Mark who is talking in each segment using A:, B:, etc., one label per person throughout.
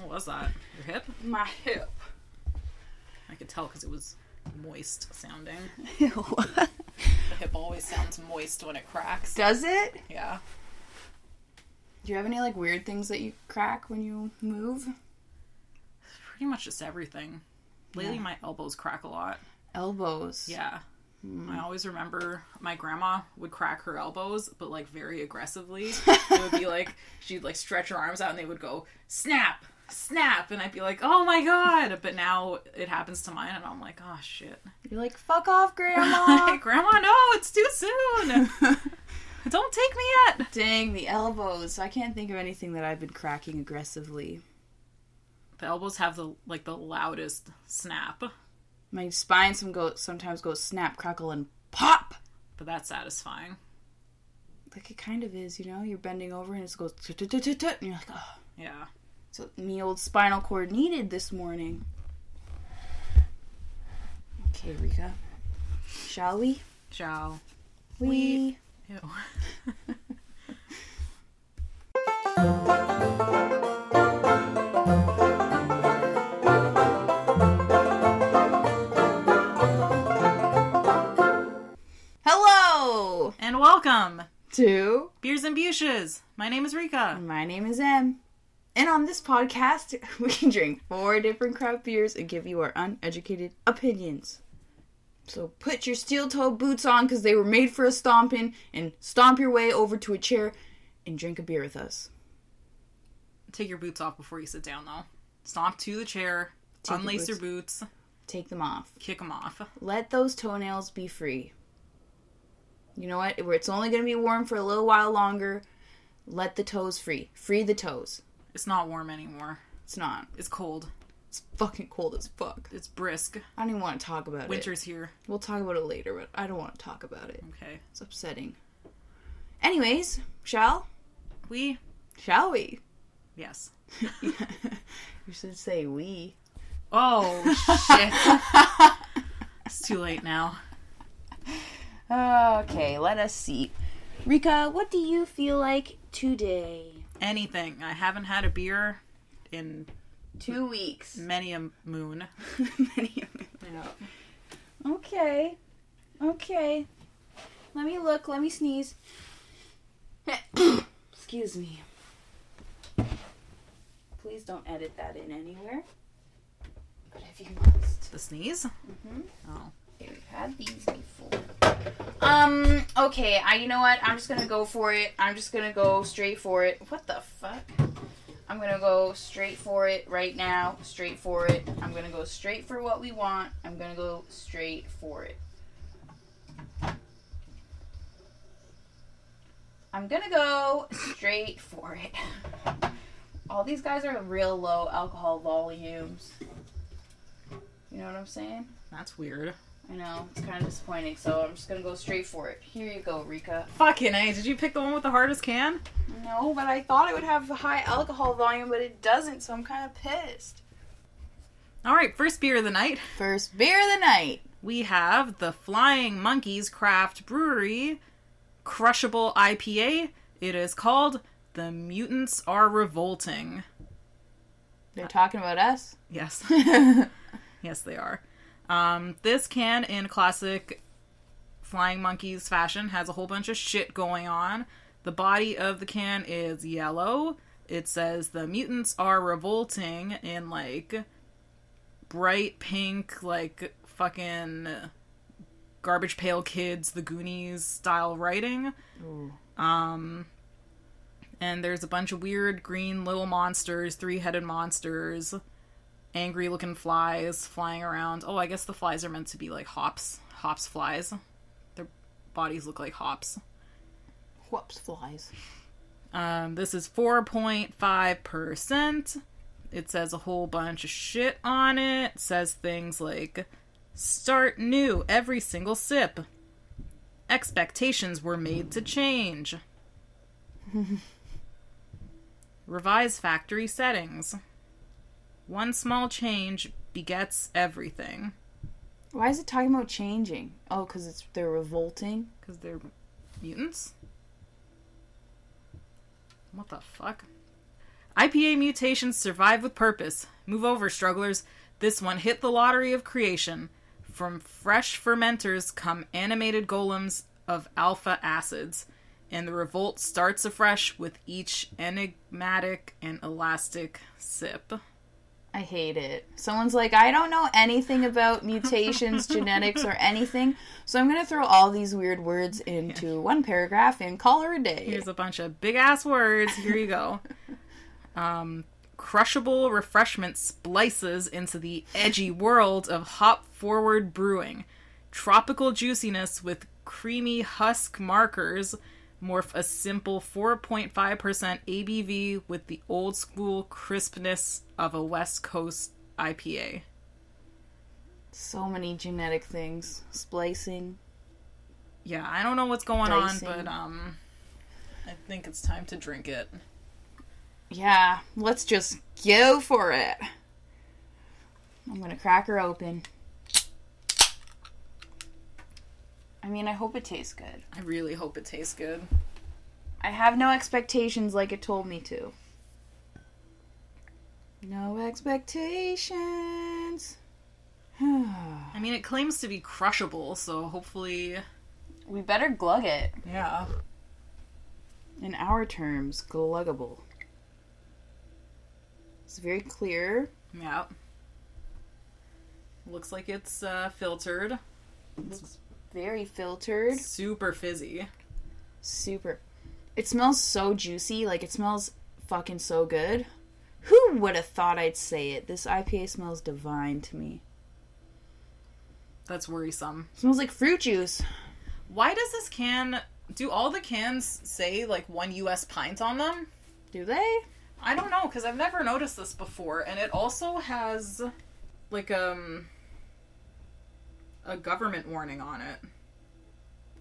A: Oh,
B: was that? Your hip?
A: My hip.
B: I could tell because it was moist sounding.
C: Ew.
B: The hip always sounds moist when it cracks.
A: Does it?
B: Yeah.
A: Do you have any like weird things that you crack when you move?
B: Pretty much just everything. Lately, my elbows crack a lot.
A: Elbows.
B: Yeah. I always remember my grandma would crack her elbows, but like very aggressively. it would be like she'd like stretch her arms out and they would go snap, snap, and I'd be like, oh my god. But now it happens to mine and I'm like, oh shit.
A: You're like, fuck off, grandma.
B: Like, grandma, no, it's too soon. Don't take me yet.
A: Dang, the elbows. I can't think of anything that I've been cracking aggressively.
B: The elbows have the like the loudest snap,
A: My spine some go sometimes goes snap, crackle, and pop.
B: but that's satisfying.
A: Like it kind of is, you know. You're bending over and it just goes, tut-tut-tut-tut, and you're like, oh.
B: Yeah.
A: So me old spinal cord needed this morning. Okay, Rika. Shall we?
B: Ciao.
A: We.
B: Ew.
A: Hello
B: And welcome,
A: to.
B: beers and bushes. My name is Rika.
A: My name is Em. And on this podcast, we can drink four different craft beers and give you our uneducated opinions. So put your steel toe boots on because they were made for a stomping and stomp your way over to a chair and drink a beer with us.
B: Take your boots off before you sit down, though. Stomp to the chair.
A: your
B: unlace
A: boots.
B: your boots.
A: Take them off.
B: Kick them off.
A: Let those toenails be free. You know what? Where It's only going to be warm for a little while longer. Let the toes free. Free the toes.
B: It's not warm anymore.
A: It's not.
B: It's cold.
A: It's fucking cold as fuck.
B: It's brisk.
A: I don't even want to talk about it.
B: Winter's here.
A: We'll talk about it later, but I don't want to talk about it.
B: Okay.
A: It's upsetting. Anyways, shall?
B: We.
A: Shall we?
B: Yes.
A: you should say we.
B: Oh shit. it's too late now.
A: Okay, let us see.
C: Rika, what do you feel like today?
B: Anything. I haven't had a beer in
A: Two weeks.
B: many a moon.
A: Many of them.
C: Okay. Okay. Let me look. Let me sneeze.
A: Excuse me. Please don't edit that in anywhere. But if you must.
B: The sneeze. Oh,
A: We've had these before. Um, okay, I you know what? I'm just gonna go for it. I'm just gonna go straight for it. What the fuck? I'm gonna go straight for it right now. Straight for it. I'm gonna go straight for what we want. I'm gonna go straight for it. I'm gonna go straight for it. All these guys are real low alcohol volumes. You know what I'm saying?
B: That's weird.
A: I know, it's kind of disappointing, so I'm just gonna go straight for it. Here you go, Rika.
B: Fucking A. Did you pick the one with the hardest can?
A: No, but I thought it would have a high alcohol volume, but it doesn't, so I'm kind of pissed.
B: All right. First beer of the night.
A: First beer of the night.
B: we have the Flying Monkeys Craft Brewery Crushable IPA. It is called The Mutants Are Revolting.
A: They're talking about us.
B: Yes. yes, they are. Um, this can, in classic Flying Monkeys fashion, has a whole bunch of shit going on. The body of the can is yellow. It says the mutants are revolting in like bright pink, like fucking garbage pail kids, the Goonies style writing Um, and there's a bunch of weird green little monsters, three-headed monsters, angry-looking flies flying around. Oh, I guess the flies are meant to be like hops, hops flies. Their bodies look like hops.
A: Whoops, flies.
B: Um, this is 4.5%. It says a whole bunch of shit on it. It says things like start new every single sip. Expectations were made to change. Revise factory settings. One small change begets everything.
A: Why is it talking about changing? Oh, because it's they're revolting.
B: Because they're mutants? What the fuck? IPA mutations survive with purpose. Move over, strugglers. This one hit the lottery of creation. From fresh fermenters come animated golems of alpha acids, and the revolt starts afresh with each enigmatic and elastic sip.
A: I hate it. Someone's like, I don't know anything about mutations, genetics, or anything, so I'm going to throw all these weird words into one paragraph and call her a day.
B: Here's a bunch of big ass words. Here you go. um, crushable refreshment splices into the edgy world of hop forward brewing. Tropical juiciness with creamy husk markers morph a simple 4.5% ABV with the old school crispness of a West Coast IPA.
A: so many genetic things. Splicing.
B: Yeah, I don't know what's going
A: Dicing.
B: on, but um I think it's time to drink it.
A: Yeah, let's just go for it. I'm going to crack her open. I mean, I hope it tastes good.
B: I really hope it tastes good.
A: I have no expectations like it told me to. No expectations.
B: I mean, it claims to be crushable, so hopefully.
A: we better glug it.
B: Yeah.
A: In our terms, gluggable. It's very clear.
B: Yeah. Looks like it's uh, filtered.
A: Looks very filtered.
B: Super fizzy.
A: Super. It smells so juicy. Like, it smells fucking so good. Who would have thought I'd say it? This IPA smells divine to me.
B: That's worrisome.
A: smells like fruit juice.
B: Why does this can. Do all the cans say like one US pint on them?
A: Do they?
B: I don't know, because I've never noticed this before. And it also has like um. a government warning on it.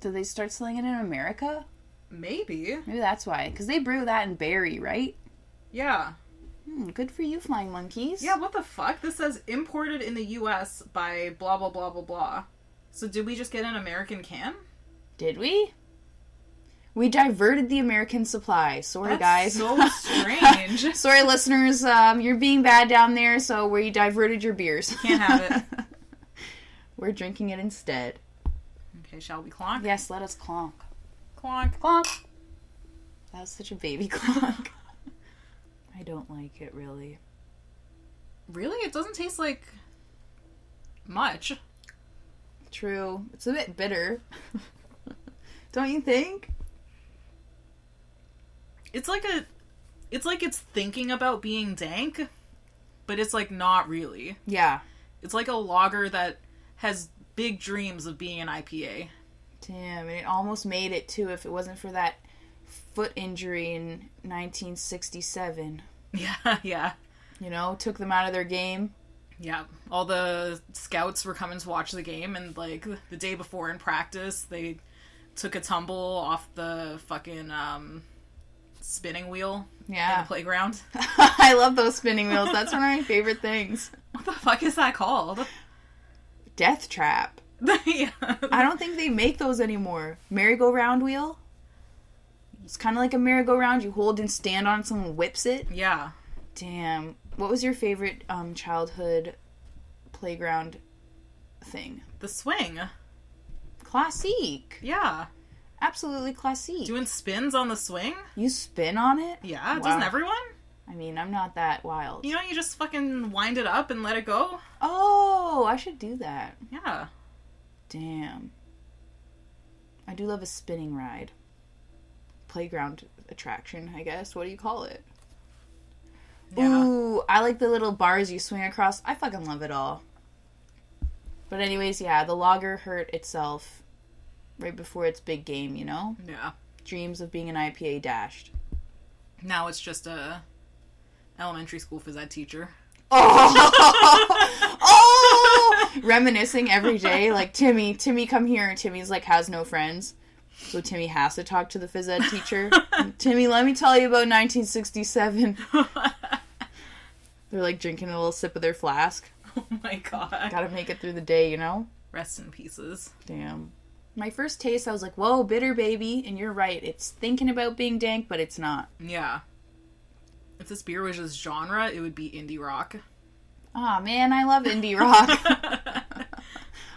A: Do they start selling it in America?
B: Maybe.
A: Maybe that's why. Because they brew that in Barry, right?
B: Yeah.
A: Hmm, good for you, Flying Monkeys.
B: Yeah, what the fuck? This says imported in the US by blah blah blah blah blah. So did we just get an American can?
A: Did we? We diverted the American supply. Sorry,
B: That's
A: guys.
B: so strange.
A: Sorry, listeners. Um, you're being bad down there, so we diverted your beers.
B: Can't have
A: it. We're drinking it instead.
B: Okay, shall we clonk?
A: Yes, let us clonk.
B: Clonk.
A: Clonk. That was such a baby clonk. I don't like it, really.
B: Really? It doesn't taste like much.
A: True. It's a bit bitter. don't you think?
B: It's like a it's like it's thinking about being dank, but it's like not really.
A: Yeah.
B: It's like a lager that has big dreams of being an IPA.
A: Damn, and it almost made it too if it wasn't for that foot injury in 1967.
B: Yeah, yeah.
A: You know, took them out of their game.
B: Yeah, all the scouts were coming to watch the game, and like the day before in practice, they took a tumble off the fucking um, spinning wheel in
A: Yeah.
B: the playground.
A: I love those spinning wheels. That's one of my favorite things.
B: What the fuck is that called?
A: Death Trap.
B: yeah.
A: I don't think they make those anymore. Merry-go-round wheel? It's kind of like a merry-go-round. You hold and stand on it, someone whips it.
B: yeah.
A: Damn. What was your favorite um, childhood playground thing?
B: The swing.
A: Classique.
B: Yeah.
A: Absolutely classique.
B: Doing spins on the swing.
A: You spin on it?
B: Yeah.
A: Wow.
B: Doesn't everyone?
A: I mean, I'm not that wild.
B: You know, you just fucking wind it up and let it go.
A: Oh, I should do that.
B: Yeah.
A: Damn. I do love a spinning ride. Playground attraction, I guess. What do you call it?
B: Yeah.
A: Ooh, I like the little bars you swing across. I fucking love it all. But anyways, yeah, the logger hurt itself right before its big game, you know?
B: Yeah.
A: Dreams of being an IPA dashed.
B: Now it's just a elementary school phys ed teacher.
A: Oh! oh! Reminiscing every day, like Timmy, Timmy, come here. And Timmy's like has no friends, so Timmy has to talk to the phys ed teacher. Timmy, let me tell you about 1967.
B: Oh
A: They're like drinking a little sip of their flask.
B: Oh my god.
A: Got to make it through the day, you know.
B: Rest in pieces.
A: Damn. My first taste, I was like, "Whoa, bitter baby!" And you're right. It's thinking about being dank, but it's not.
B: Yeah. If this beer was just genre, it would be indie rock.
A: Oh man, I love indie rock.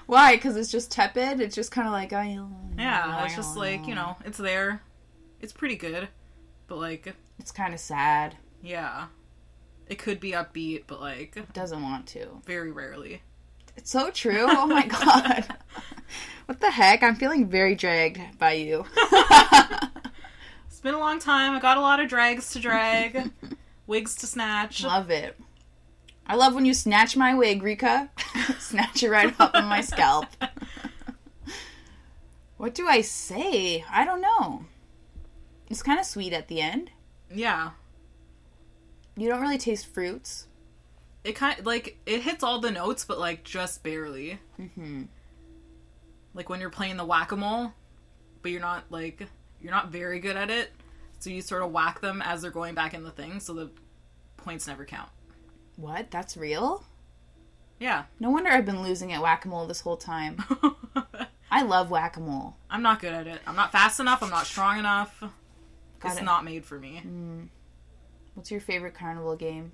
A: Why? Because it's just tepid. It's just kind of like I.
B: yeah, it's just like, you know, it's there. It's pretty good. But like,
A: It's kind of sad.
B: yeah. It could be upbeat, but like
A: Doesn't want to.
B: very rarely.
A: It's so true. Oh my god. What the heck? I'm feeling very dragged by you.
B: It's been a long time. I got a lot of drags to drag, wigs to snatch.
A: love it. I love when you snatch my wig, Rika. snatch it right off of my scalp. What do I say? I don't know. It's kind of sweet at the end.
B: Yeah.
A: You don't really taste fruits.
B: It kind like it hits all the notes, but like just barely.
A: Mm-hmm.
B: like when you're playing the whack-a-mole but you're not like you're not very good at it so you sort of whack them as they're going back in the thing so the points never count
A: What? That's real?
B: yeah
A: No wonder I've been losing at whack a mole this whole time. I love whack a mole.
B: i'm not good at it i'm not fast enough i'm not strong enough
A: Got
B: it's
A: it. Mm.
B: not made for me
A: What's your favorite carnival game?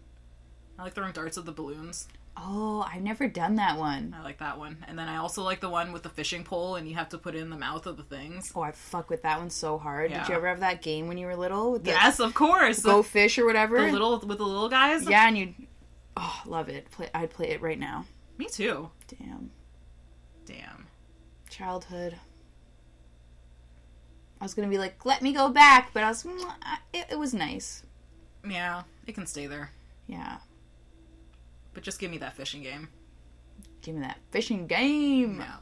B: i like throwing darts at the balloons
A: Oh, I've never done that one.
B: i like that one and then i also like the one with the fishing pole and you have to put it in the mouth of the things
A: Oh, I fuck with that one so hard. Did you
B: Yeah.
A: ever have that game when you were little? With the
B: yes of course
A: Go
B: the,
A: fish or whatever.
B: the little with the little guys
A: yeah, and you. Oh, love it. Play, I'd play it right now.
B: me too
A: Damn.
B: damn
A: Childhood. I was gonna be like, let me go back, but I was. "Mm, I- It, it was nice.
B: yeah it can stay there
A: Yeah.
B: but just give me that fishing game
A: Give me that fishing game.
B: yeah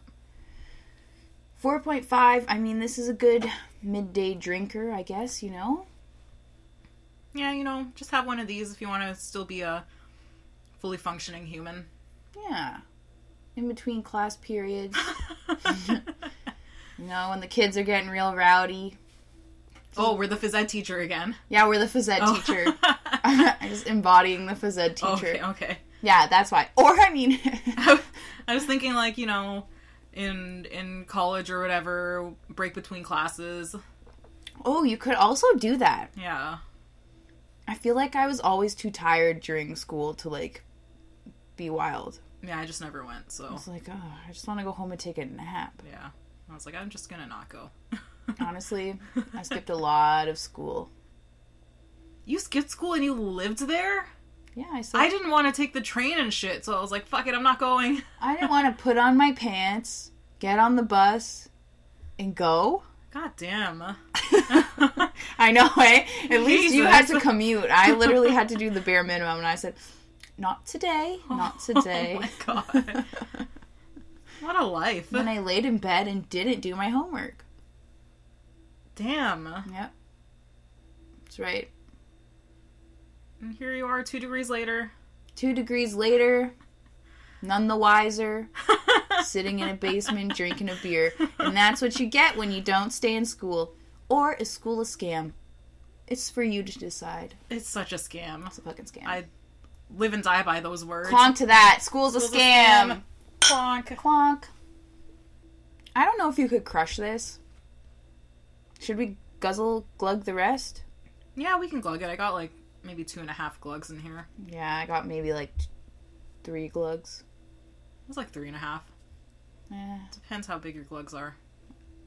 A: 4.5. I mean, this is a good midday drinker, I guess, you know?
B: yeah, you know, just have one of these if you want to still be a fully functioning human.
A: Yeah. In between class periods, you know, when the kids are getting real rowdy.
B: oh, we're the phys ed teacher again.
A: Yeah, we're the phys ed
B: Oh.
A: teacher. I'm just embodying the phys ed teacher.
B: okay, Oh, okay.
A: Yeah, that's why. Or, I mean,
B: I was thinking, like, you know, in in college or whatever, break between classes.
A: oh, you could also do that.
B: Yeah,
A: I feel like I was always too tired during school to, like, be wild.
B: yeah. I just never went,
A: I
B: so
A: was like, oh, I just want to go home and take a nap.
B: yeah. I was like, I'm just gonna not go.
A: Honestly, I skipped a lot of school.
B: You skipped school and you lived there.
A: Yeah, I said
B: I didn't want to take the train and shit, so I was like, fuck it, I'm not going.
A: I didn't want to put on my pants, get on the bus, and go.
B: God damn.
A: I know, eh? At least you had to
B: Jesus.
A: commute. I literally had to do the bare minimum, and I said, "Not today, not today."
B: Oh my god. what a life.
A: When I laid in bed and didn't do my homework.
B: Damn.
A: Yep, that's right.
B: And here you are two degrees later.
A: Two degrees later, none the wiser, sitting in a basement drinking a beer, and that's what you get when you don't stay in school. Or is school a scam? It's for you to decide.
B: It's such a scam.
A: It's a fucking scam.
B: I live and die by those words.
A: Clonk to that. School's a
B: School's a
A: scam.
B: Clonk.
A: Clonk. I don't know if you could crush this. Should we guzzle glug the rest?
B: Yeah, we can glug it. I got like maybe two and a half glugs in here.
A: Yeah, I got maybe like t- three glugs.
B: It was like three and a half.
A: Eh,
B: Depends how big your glugs are.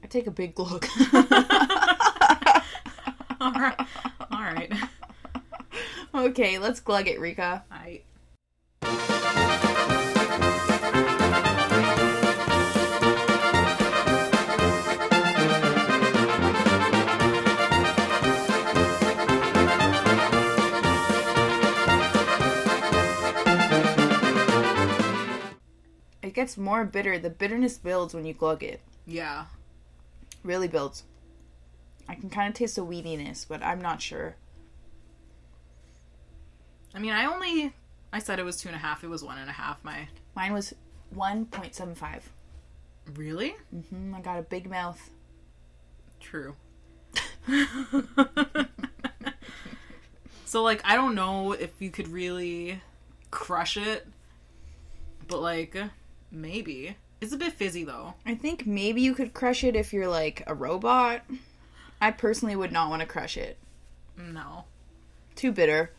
A: I take a big glug.
B: All right. All right.
A: okay, let's glug it, Rika.
B: I.
A: It gets more bitter. The bitterness builds when you glug it.
B: Yeah.
A: Really builds. I can kind of taste the weediness, but I'm not sure.
B: I mean, I only. I said it was two and a half. It was one and a half. My.
A: Mine was 1.75.
B: Really?
A: hmm I got a big mouth.
B: True. so like I don't know if you could really crush it, but like maybe. It's a bit fizzy though.
A: I think maybe you could crush it if you're like a robot. I personally would not want to crush it.
B: No.
A: Too bitter.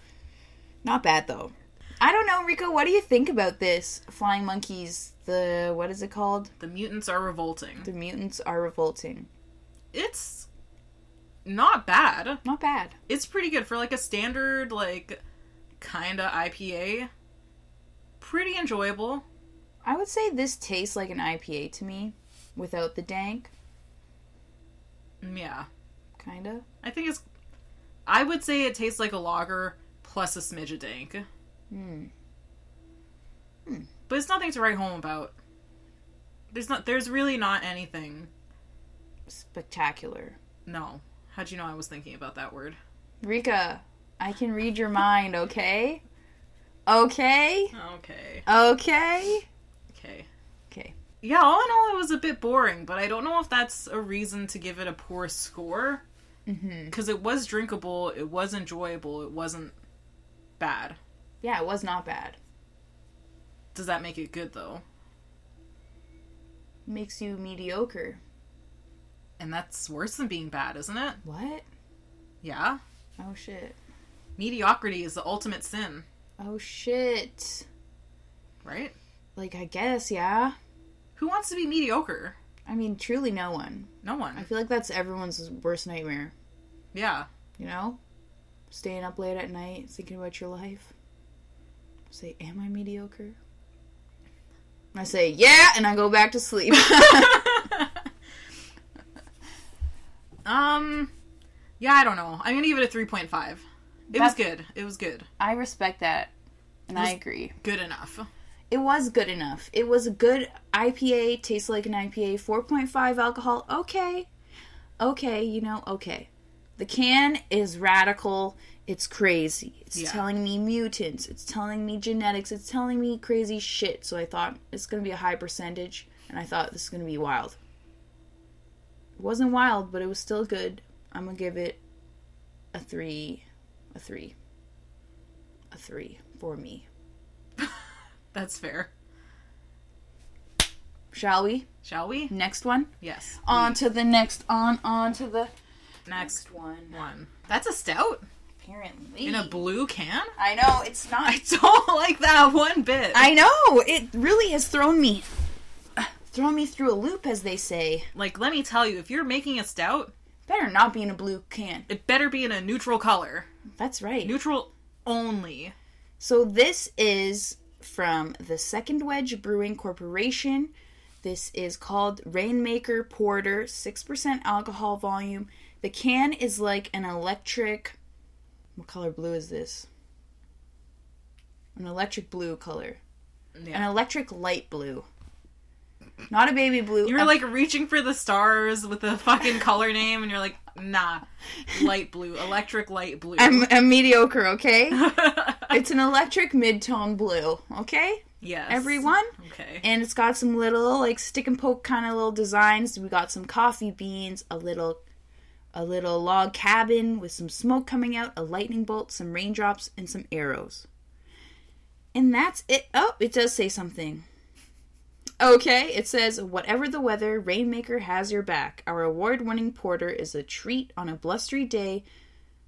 A: Not bad though. I don't know, Rico. What do you think about this? Flying monkeys. The what is it called?
B: The mutants are revolting.
A: The mutants are revolting.
B: It's not bad.
A: Not bad.
B: It's pretty good for like a standard like kinda IPA. Pretty enjoyable.
A: I would say this tastes like an IPA to me, without the dank.
B: Mm, Yeah.
A: Kinda.
B: I think it's I would say it tastes like a lager plus a smidge of dank.
A: Hmm.
B: But it's nothing to write home about. There's not there's really not anything.
A: Spectacular.
B: No. How'd you know I was thinking about that word?
A: Rika, I can read your mind, okay? Okay?
B: Okay.
A: Okay?
B: Okay.
A: Okay.
B: Yeah, all in all, it was a bit boring, but I don't know if that's a reason to give it a poor score.
A: hmm
B: Because it was drinkable, it was enjoyable, it wasn't bad.
A: Yeah, it was not bad.
B: Does that make it good, though?
A: Makes you mediocre.
B: And that's worse than being bad, isn't it?
A: What?
B: Yeah.
A: Oh shit.
B: Mediocrity is the ultimate sin,
A: Oh shit.
B: right?
A: Like, I guess, yeah?
B: Who wants to be mediocre?
A: I mean, truly no one.
B: No
A: I
B: one.
A: feel like that's everyone's worst nightmare,
B: Yeah.
A: you know? Staying up late at night, thinking about your life. Say, am I mediocre? I say, yeah, and I go back to sleep.
B: um, yeah, I don't know. I'm gonna give it a 3.5. It was
A: That's-
B: good. It was good.
A: I respect that, and
B: It was-
A: I agree.
B: Good enough.
A: It was good enough. It was a good IPA. Tastes like an IPA. Four point five alcohol. Okay, okay, you know, okay. The can is radical. It's crazy. It's
B: Yeah.
A: telling me mutants. It's telling me genetics. It's telling me crazy shit. So I thought it's gonna be a high percentage, and I thought this is gonna be wild. It wasn't wild, but it was still good. I'm gonna give it a three, a three, a three for me.
B: That's fair.
A: Shall we?
B: Shall we?
A: Next one.
B: Yes.
A: On to the next. On, on to the
B: Next
D: one.
B: one. That's a stout
D: Apparently.
B: in a blue can?
D: I know, it's not.
B: I don't like that one bit.
A: I know! It really has thrown me. Thrown me through a loop, as they say.
B: like, let me tell you, if you're making a stout,
A: Better not be in a blue can.
B: it better be in a neutral color.
A: That's right.
B: Neutral only.
A: So, this is from the Second Wedge Brewing Corporation. This is called Rainmaker Porter, 6% alcohol volume. The can is like an electric. What color blue is this? An electric blue color. an
B: Yeah.
A: electric light blue. Not a baby blue.
B: You were
A: a-
B: like reaching for the stars with the fucking color name, and you're like, nah, light blue, electric light blue.
A: I'm, I'm mediocre, okay? it's an electric mid-tone blue, okay?
B: yes.
A: Everyone?
B: Okay.
A: And it's got some little like stick and poke kind of little designs. We got some coffee beans, a little a little log cabin with some smoke coming out, a lightning bolt, some raindrops, and some arrows. And that's it. Oh, it does say something. Okay, it says, Whatever the weather, Rainmaker has your back. Our award winning porter is a treat on a blustery day,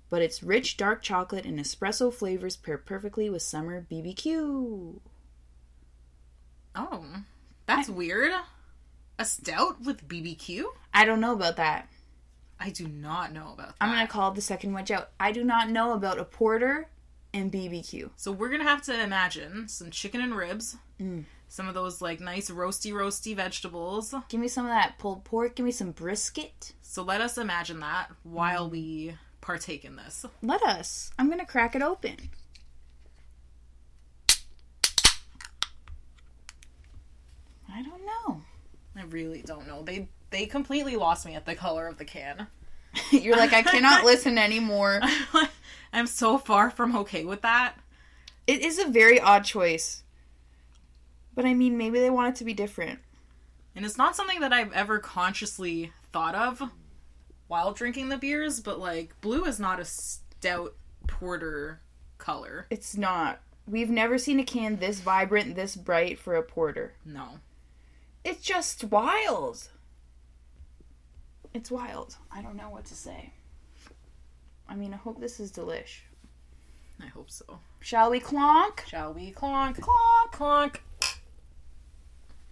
A: but its rich dark chocolate and espresso flavors pair perfectly with summer BBQ.
B: Oh, that's weird. A stout with BBQ?
A: I don't know about that.
B: I do not know about that.
A: I'm gonna call the second wedge out. I do not know about a porter and BBQ.
B: So we're gonna have to imagine some chicken and ribs,
A: Mm.
B: some of those like nice roasty roasty vegetables.
A: Give me some of that pulled pork. Give me some brisket.
B: So let us imagine that while we partake in this.
A: Let us. I'm gonna crack it open. I don't know.
B: I really don't know. They they completely lost me at the color of the can.
A: You're like I cannot listen anymore.
B: I'm so far from okay with that.
A: It is a very odd choice. But I mean, maybe they want it to be different.
B: And it's not something that I've ever consciously thought of while drinking the beers, but like blue is not a stout porter color.
A: It's not. We've never seen a can this vibrant, this bright for a porter.
B: No.
A: It's just wild. It's wild.
D: I don't know what to say.
A: I mean, I hope this is delish.
B: I hope so.
A: Shall we clonk?
B: Shall we clonk? Clonk, clonk.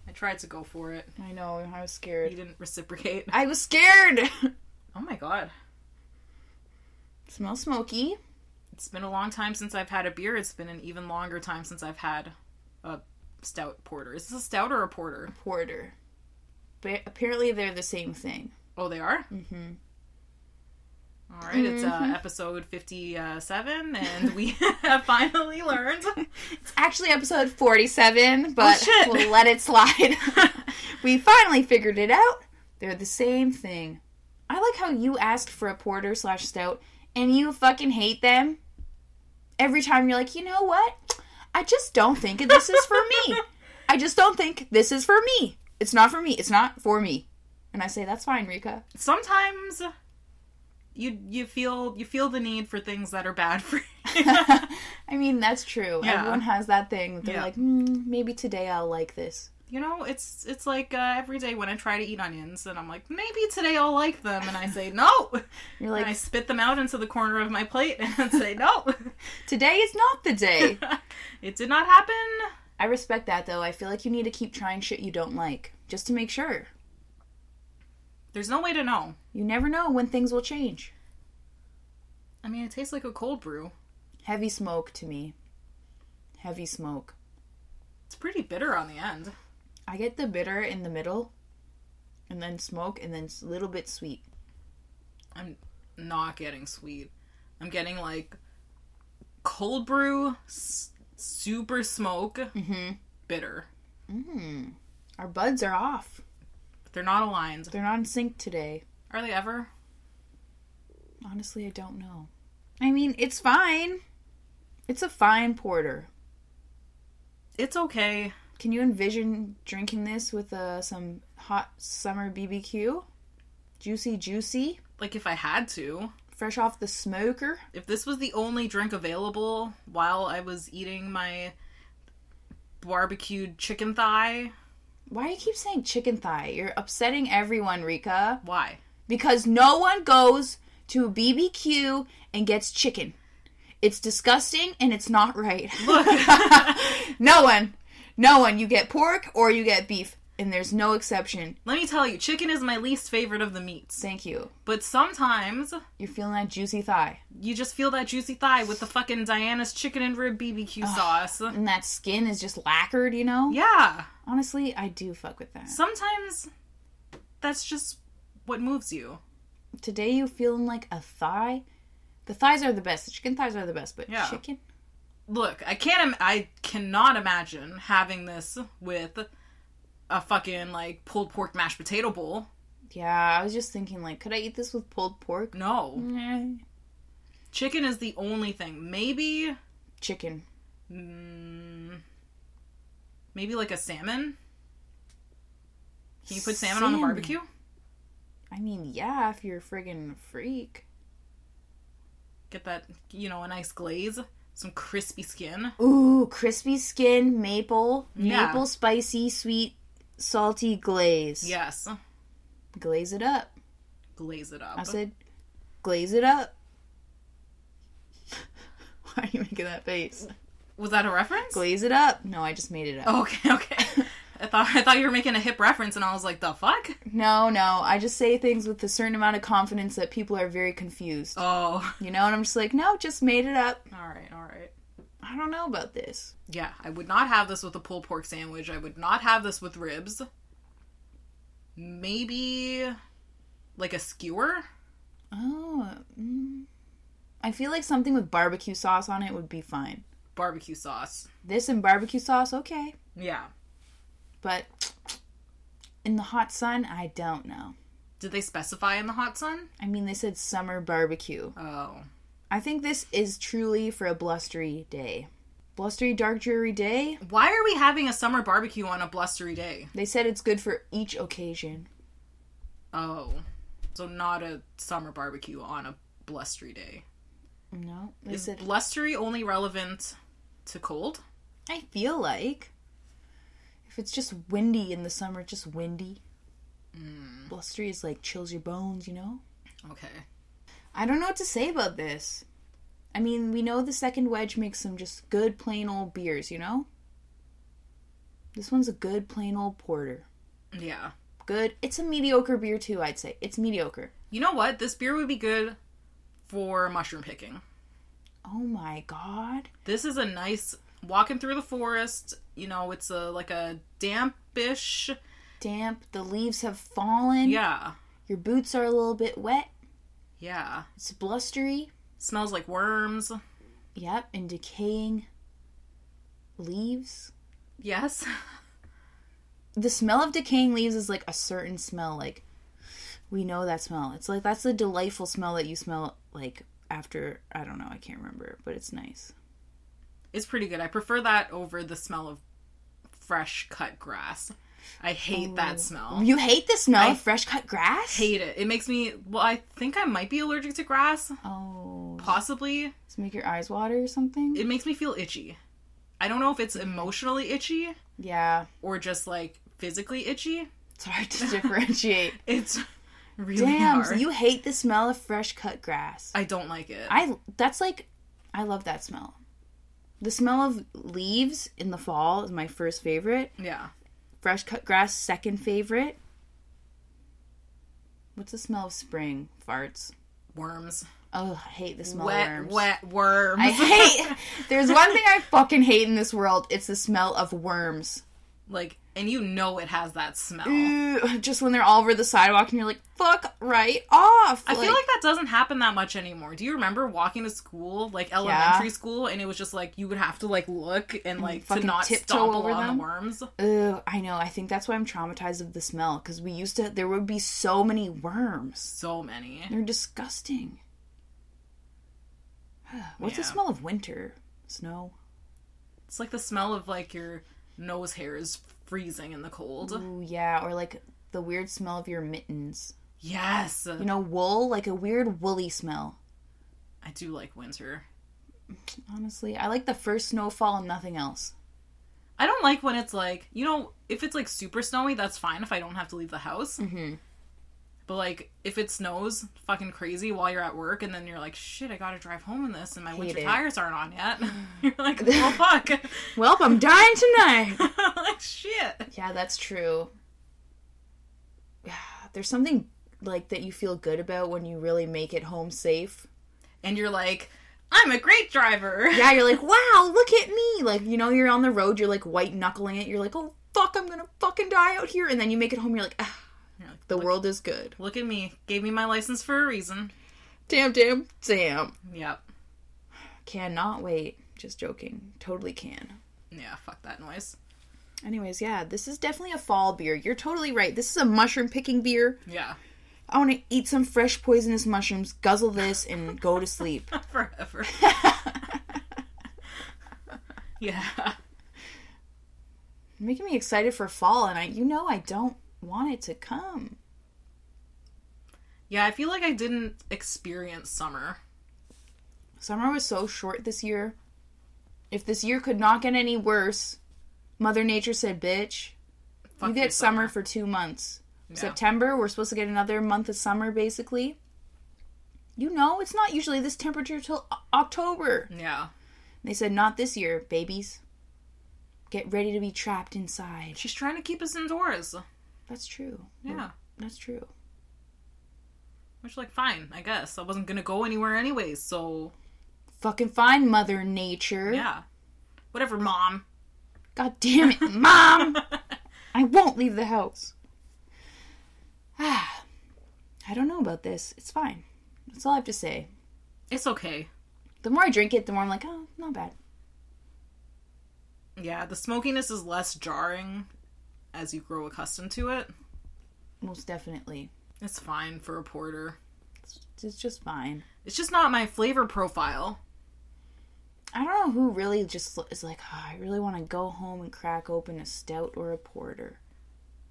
B: I tried to go for it.
A: I know, I was
B: You
A: scared.
B: didn't reciprocate.
A: I was scared!
B: Oh my god.
A: Smells smoky.
B: It's been a long time since I've had a beer. It's been an even longer time since I've had a stout porter. Is this a stout or a porter?
A: Porter. But apparently they're the same thing.
B: Oh, they are?
A: Mm-hmm.
B: All right, it's uh, episode 57, and we have finally learned.
A: It's actually episode 47, but
B: Oh, shit.
A: we'll let it slide. we finally figured it out. They're the same thing. I like how you asked for a porter slash stout and you fucking hate them. Every time you're like, you know what? I just don't think this is for me. I just don't think this is for me. It's not for me. It's not for me. And I say, that's fine, Rika.
B: Sometimes you you feel you feel the need for things that are bad for you.
A: I mean, that's true.
B: Yeah.
A: Everyone has that thing. that They're
B: Yeah.
A: like, mm, maybe today I'll like this.
B: you know, it's it's like uh, every day when I try to eat onions, and I'm like, maybe today I'll like them, and I say no,
A: You're
B: and I
A: like,
B: spit them out into the corner of my plate and say no.
A: today is not the day.
B: it did not happen.
A: I respect that though. I feel like you need to keep trying shit you don't like just to make sure.
B: There's no way to know.
A: You never know when things will change.
B: I mean, it tastes like a cold brew.
A: Heavy smoke to me. Heavy smoke.
B: It's pretty bitter on the end.
A: I get the bitter in the middle and then smoke and then a little bit sweet.
B: I'm not getting sweet. I'm getting like cold brew, s- super smoke,
A: Mhm.
B: bitter.
A: Mm. Our buds are off.
B: But they're not aligned.
A: They're not in sync today.
B: Are they ever?
A: Honestly, I don't know. I mean, it's fine. It's a fine porter.
B: It's okay.
A: Can you envision drinking this with uh, some hot summer BBQ? Juicy, juicy.
B: Like if I had to.
A: fresh off the smoker.
B: If this was the only drink available while I was eating my barbecued chicken thigh,
A: Why do you keep saying chicken thigh? You're upsetting everyone, Rika,
B: why?
A: because no one goes to a BBQ and gets chicken. It's disgusting and it's not right. no one, no one. You get pork or you get beef, and there's no exception.
B: Let me tell you, chicken is my least favorite of the meats.
A: Thank you.
B: But sometimes
A: You're feeling that juicy thigh
B: you just feel that juicy thigh with the fucking Diana's chicken and rib BBQ sauce.
A: and that skin is just lacquered. You know.
B: Yeah.
A: Honestly, I do fuck with that.
B: Sometimes that's just what moves you.
A: Today you feeling like a thigh? The thighs are the best. The chicken thighs are the best, but
B: Yeah.
A: chicken.
B: Look, I can't. Im- I cannot imagine having this with a fucking like pulled pork mashed potato bowl.
A: Yeah, I was just thinking, like, could I eat this with pulled pork?
B: No,
A: Nah.
B: chicken is the only thing. Maybe,
A: Chicken.
B: mm, maybe like a salmon. Can you put salmon, on the barbecue?
A: I mean, yeah, if you're a friggin' freak.
B: Get that, you know, a nice glaze, some crispy skin.
A: Ooh, crispy skin, maple,
B: Yeah.
A: maple, spicy, sweet, salty glaze.
B: Yes,
A: Glaze it up.
B: glaze it up.
A: I said, glaze it up. Why are you making that face?
B: Was that a reference?
A: Glaze it up. No, I just made it up.
B: Oh, Okay, okay. I thought I thought you were making a hip reference, and I was like, "The fuck."
A: No, no, I just say things with a certain amount of confidence that people are very confused.
B: Oh,
A: You know, and I'm just like, no, just made it up.
B: all right, all right.
A: I don't know about this.
B: Yeah, I would not have this with a pulled pork sandwich. I would not have this with ribs. Maybe like a skewer.
A: Oh, mm. I feel like something with barbecue sauce on it would be fine.
B: Barbecue sauce.
A: This and barbecue sauce, okay.
B: Yeah.
A: But in the hot sun, I don't know.
B: Did they specify in the hot sun?
A: I mean, they said summer barbecue.
B: Oh.
A: I think this is truly for a blustery day. Blustery, dark, dreary day?
B: Why are we having a summer barbecue on a blustery day?
A: They said it's good for each occasion.
B: Oh. So not a summer barbecue on a blustery day.
A: No, they
B: Is
A: said.
B: blustery only relevant to cold?
A: I feel like if it's just windy in the summer, just windy. Blustery is like chills your bones, you know?
B: Okay.
A: I don't know what to say about this. I mean, we know the second wedge makes some just good plain old beers, you know? This one's a good plain old porter.
B: Yeah.
A: Good. It's a mediocre beer too, I'd say. It's mediocre.
B: You know what? This beer would be good for mushroom picking.
A: Oh my god.
B: This is a nice walking through the forest. You know, it's a like a dampish.
A: Damp. The leaves have fallen.
B: Yeah.
A: Your boots are a little bit wet.
B: Yeah.
A: It's blustery.
B: Smells like worms.
A: Yep, and decaying leaves.
B: Yes.
A: The smell of decaying leaves is like a certain smell. Like, we know that smell. It's like that's the delightful smell that you smell, like, after, I don't know, I can't remember, but it's nice.
B: It's pretty good. I prefer that over the smell of fresh cut grass. I hate that smell.
A: You hate the smell
B: I
A: of fresh cut grass?
B: hate it. It makes me well, I think I might be allergic to grass,
A: Oh.
B: possibly.
A: Does it make your eyes water or something?
B: It makes me feel itchy. I don't know if it's emotionally itchy
A: yeah.
B: or just like physically itchy.
A: It's hard to differentiate.
B: It's really
A: Damn, so
B: hard.
A: you hate the smell of fresh cut grass.
B: I don't like it.
A: I that's like I love that smell. The smell of leaves in the fall is my first favorite.
B: yeah.
A: Fresh cut grass second favorite. What's the smell of spring? Farts.
B: Worms.
A: Oh, I hate the smell
B: wet
A: of worms.
B: wet worms.
A: I hate There's one thing I fucking hate in this world. It's the smell of worms.
B: like and you know it has that smell.
A: Ooh, just when they're all over the sidewalk and you're like, "Fuck right off."
B: I feel like that doesn't happen that much anymore. Do you remember walking to school, like elementary school, and it was just like you would have to like look and like to
A: fucking
B: not
A: tiptoe
B: stomp
A: over
B: along
A: them?
B: the worms?
A: Ugh, I know. I think that's why I'm traumatized of the smell because we used to. There would be so many worms.
B: So many.
A: They're disgusting. What's the
B: Yeah.
A: smell of winter? Snow.
B: It's like the smell of like your nose hairs freezing in the cold.
A: Ooh, yeah, or like the weird smell of your mittens.
B: Yes,
A: You know, wool, like a weird woolly smell.
B: I do like winter.
A: Honestly, I like the first snowfall and nothing else.
B: I don't like when it's like you know if it's like super snowy, that's fine if I don't have to leave the house.
A: Mhm.
B: But like if it snows fucking crazy while you're at work, and then you're like, shit, I gotta drive home in this, and my winter
A: it.
B: tires aren't on yet. you're like, well, fuck.
A: Well, I'm dying tonight.
B: like shit.
A: Yeah, that's true. Yeah, There's something like that you feel good about when you really make it home safe.
B: And you're like, I'm a great driver.
A: Yeah, you're like, wow, look at me. Like, you know, you're on the road, you're like white knuckling it. You're like, oh, fuck, I'm gonna fucking die out here. And then you make it home, you're like, ah,
B: You're like,
A: the
B: look,
A: world is good.
B: Look at me. Gave me my license for a reason.
A: Damn, damn, damn.
B: Yep.
A: Cannot wait. Just joking. Totally can.
B: Yeah. Fuck that noise.
A: Anyways, yeah, this is definitely a fall beer. You're totally right. This is a mushroom picking beer.
B: Yeah.
A: I want to eat some fresh poisonous mushrooms, guzzle this, and go to sleep.
B: Forever. yeah.
A: making me excited for fall and I you know I don't want it to come.
B: Yeah. I feel like I didn't experience summer.
A: Summer was so short this year. If this year could not get any worse, Mother Nature said, "Bitch,
B: Fuck
A: you
B: your
A: get summer for 2 months.
B: Yeah.
A: September, we're supposed to get another month of summer basically. You know, it's not usually this temperature till O- October."
B: Yeah.
A: They said, "Not this year, babies. Get ready to be trapped inside."
B: She's trying to keep us indoors.
A: That's true.
B: Yeah.
A: That's true.
B: Which, like, fine, I guess. I wasn't gonna go anywhere anyways, so.
A: Fucking fine, Mother Nature.
B: Yeah. Whatever, mom.
A: God damn it, mom! I won't leave the house. Ah, I don't know about this. It's fine. That's all I have to say.
B: It's okay.
A: The more I drink it, the more I'm like, oh, not bad.
B: Yeah, the smokiness is less jarring as you grow accustomed to it.
A: Most definitely.
B: It's fine for a porter.
A: It's, it's just fine.
B: It's just not my flavor profile.
A: I don't know who really just l- is like, oh, I really want to go home and crack open a stout or a porter.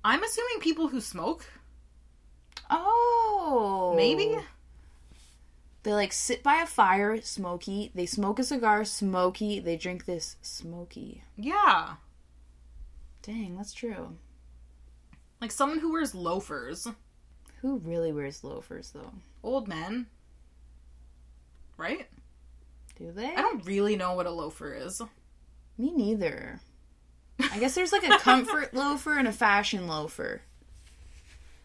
B: I'm assuming people who smoke,
A: Oh.
B: maybe?
A: They like sit by a fire, smoky. They smoke a cigar, smoky. They drink this, smoky.
B: Yeah.
A: Dang, that's true.
B: Like someone who wears loafers.
A: Who really wears loafers though?
B: Old men. Right?
A: Do they?
B: I don't really know what a loafer is.
A: Me neither. I guess there's like a comfort loafer and a fashion loafer.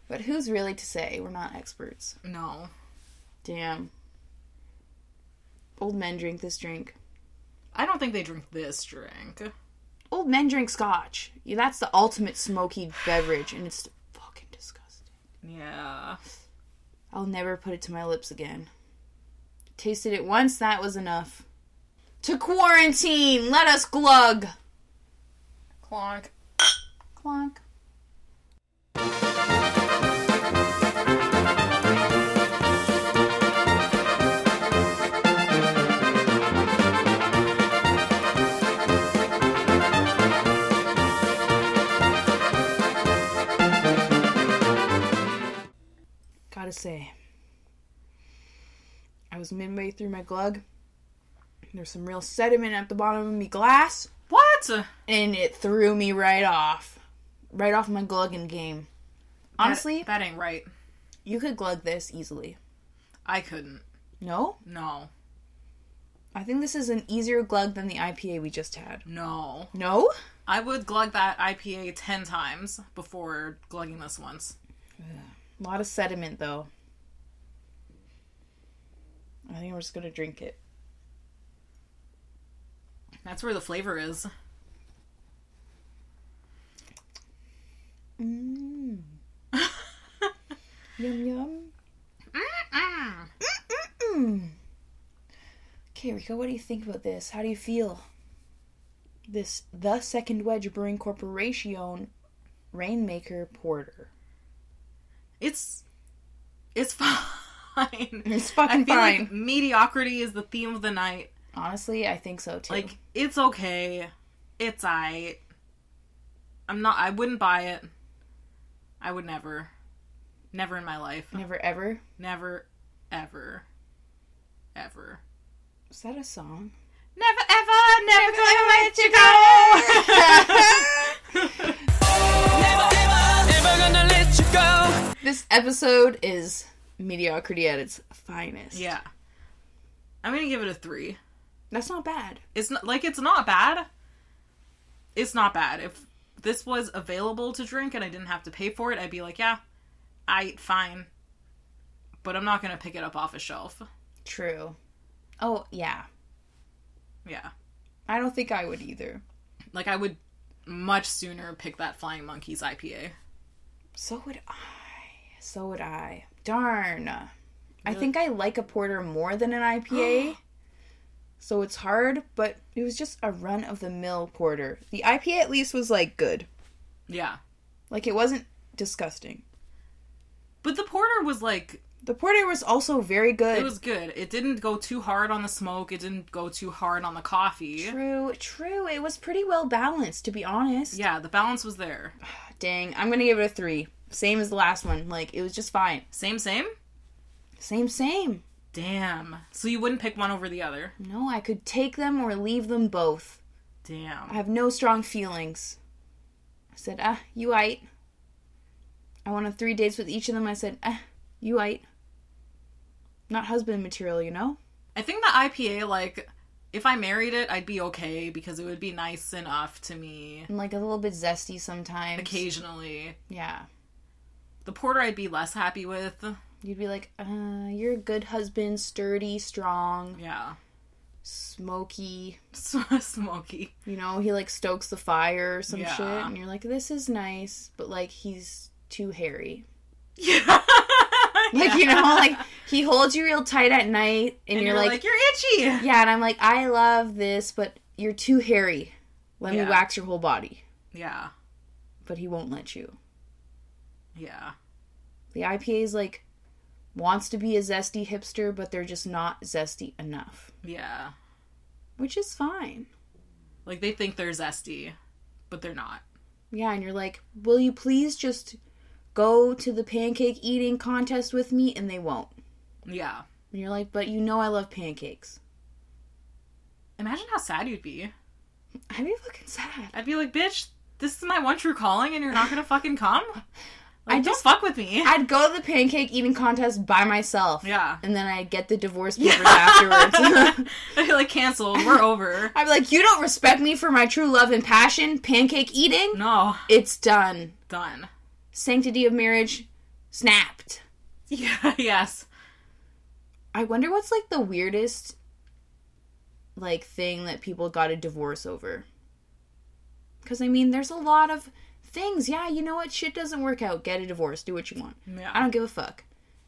A: But who's really to say? We're not experts.
B: No.
A: Damn. Old men drink this drink.
B: I don't think they drink this drink.
A: Old men drink scotch. Yeah, that's the ultimate smoky beverage, and it's fucking disgusting.
B: Yeah.
A: I'll never put it to my lips again. Tasted it once, that was enough. To quarantine! Let us glug!
B: Clonk.
A: Clonk. Gotta say, I was midway through my glug. There's some real sediment at the bottom of me glass
B: What?
A: and it threw me right off, right off my glugging game. Honestly,
B: That, that ain't right.
A: you could glug this easily.
B: I couldn't.
A: No,
B: No.
A: I think this is an easier glug than the IPA we just had.
B: No.
A: No,
B: I would glug that IPA 10 times before glugging this once.
A: a lot of sediment though. I think I'm just gonna drink it.
B: That's where the flavor is.
A: Mm. yum yum.
B: Mm.
A: Mm. Okay, Rico, what do you think about this? How do you feel? This the Second Wedge Brewing Corporation Rainmaker Porter.
B: It's. It's fine.
A: It's
B: I
A: fucking
B: feel
A: fine.
B: like mediocrity is the theme of the night.
A: Honestly, I think so too.
B: Like, it's okay. It's I. I'm not. I wouldn't buy it. I would never. Never in my life.
A: never ever.
B: Never, ever, ever.
A: Is that a song?
B: Never, ever, never gonna let you go.
A: This episode is mediocrity at its finest.
B: yeah. I'm gonna give it a three.
A: That's not bad.
B: It's not like it's not bad. It's not bad. If this was available to drink and I didn't have to pay for it, I'd be like, yeah, I fine. But I'm not gonna pick it up off a shelf.
A: True. Oh, yeah.
B: Yeah.
A: I don't think I would either.
B: Like I would much sooner pick that Flying Monkeys IPA.
A: So would I. So would I. Darn. I think I like a porter more than an IPA. so it's hard, but it was just a run of the mill porter. The IPA at least was like good.
B: Yeah.
A: Like it wasn't disgusting.
B: But the porter was like
A: The porter was also very good.
B: It was good. It didn't go too hard on the smoke. It didn't go too hard on the coffee.
A: true, true. It was pretty well balanced, to be honest.
B: Yeah, the balance was there.
A: Dang, I'm gonna give it a three. Same as the last one. Like it was just fine.
B: Same, same?
A: Same, same.
B: Damn. So you wouldn't pick one over the other?
A: No, I could take them or leave them both. I
B: Damn.
A: have no strong feelings. I said, ah, you ate. I wanted three dates with each of them. I said, ah, you ate. Not husband material, you know?
B: I think the IPA, like, if I married it, I'd be okay because it would be nice enough to me
A: And like a little bit zesty sometimes.
B: occasionally.
A: Yeah.
B: The porter, I'd be less happy with.
A: You'd be like, uh, you're a good husband, sturdy, strong,
B: Yeah.
A: smoky.
B: So smoky.
A: You know, he like stokes the fire or some
B: Yeah.
A: shit. And you're like, this is nice, but like he's too hairy.
B: Yeah.
A: Like, you know, like he holds you real tight at night and,
B: and
A: you're, like
B: you're itchy.
A: Yeah, and I'm like, I love this, but you're too hairy. Let
B: Yeah.
A: me wax your whole body.
B: Yeah.
A: But he won't let you.
B: Yeah.
A: The IPA is like, wants to be a zesty hipster, but they're just not zesty enough,
B: Yeah.
A: which is fine.
B: Like, they think they're zesty, but they're not.
A: Yeah, and you're like, will you please just go to the pancake eating contest with me? And they won't.
B: Yeah.
A: And you're like, but you know I love pancakes.
B: Imagine how sad you'd be.
A: I'd be fucking sad.
B: I'd be like, bitch, this is my one true calling and you're not gonna fucking come? Like,
A: I
B: don't
A: just-
B: fuck with me.
A: I'd go to the pancake eating contest by myself.
B: yeah.
A: And then I'd get the divorce papers afterwards.
B: I'd be like, cancel. We're over.
A: I'd be like, you don't respect me for my true love and passion, pancake eating?
B: No,
A: It's done.
B: done.
A: Sanctity of marriage, snapped.
B: Yeah. Yes.
A: I wonder what's like the weirdest like thing that people got a divorce over. Cuz I mean, there's a lot of things. Yeah, you know what? Shit doesn't work out. Get a divorce. Do what you want. I
B: Yeah.
A: don't give a fuck.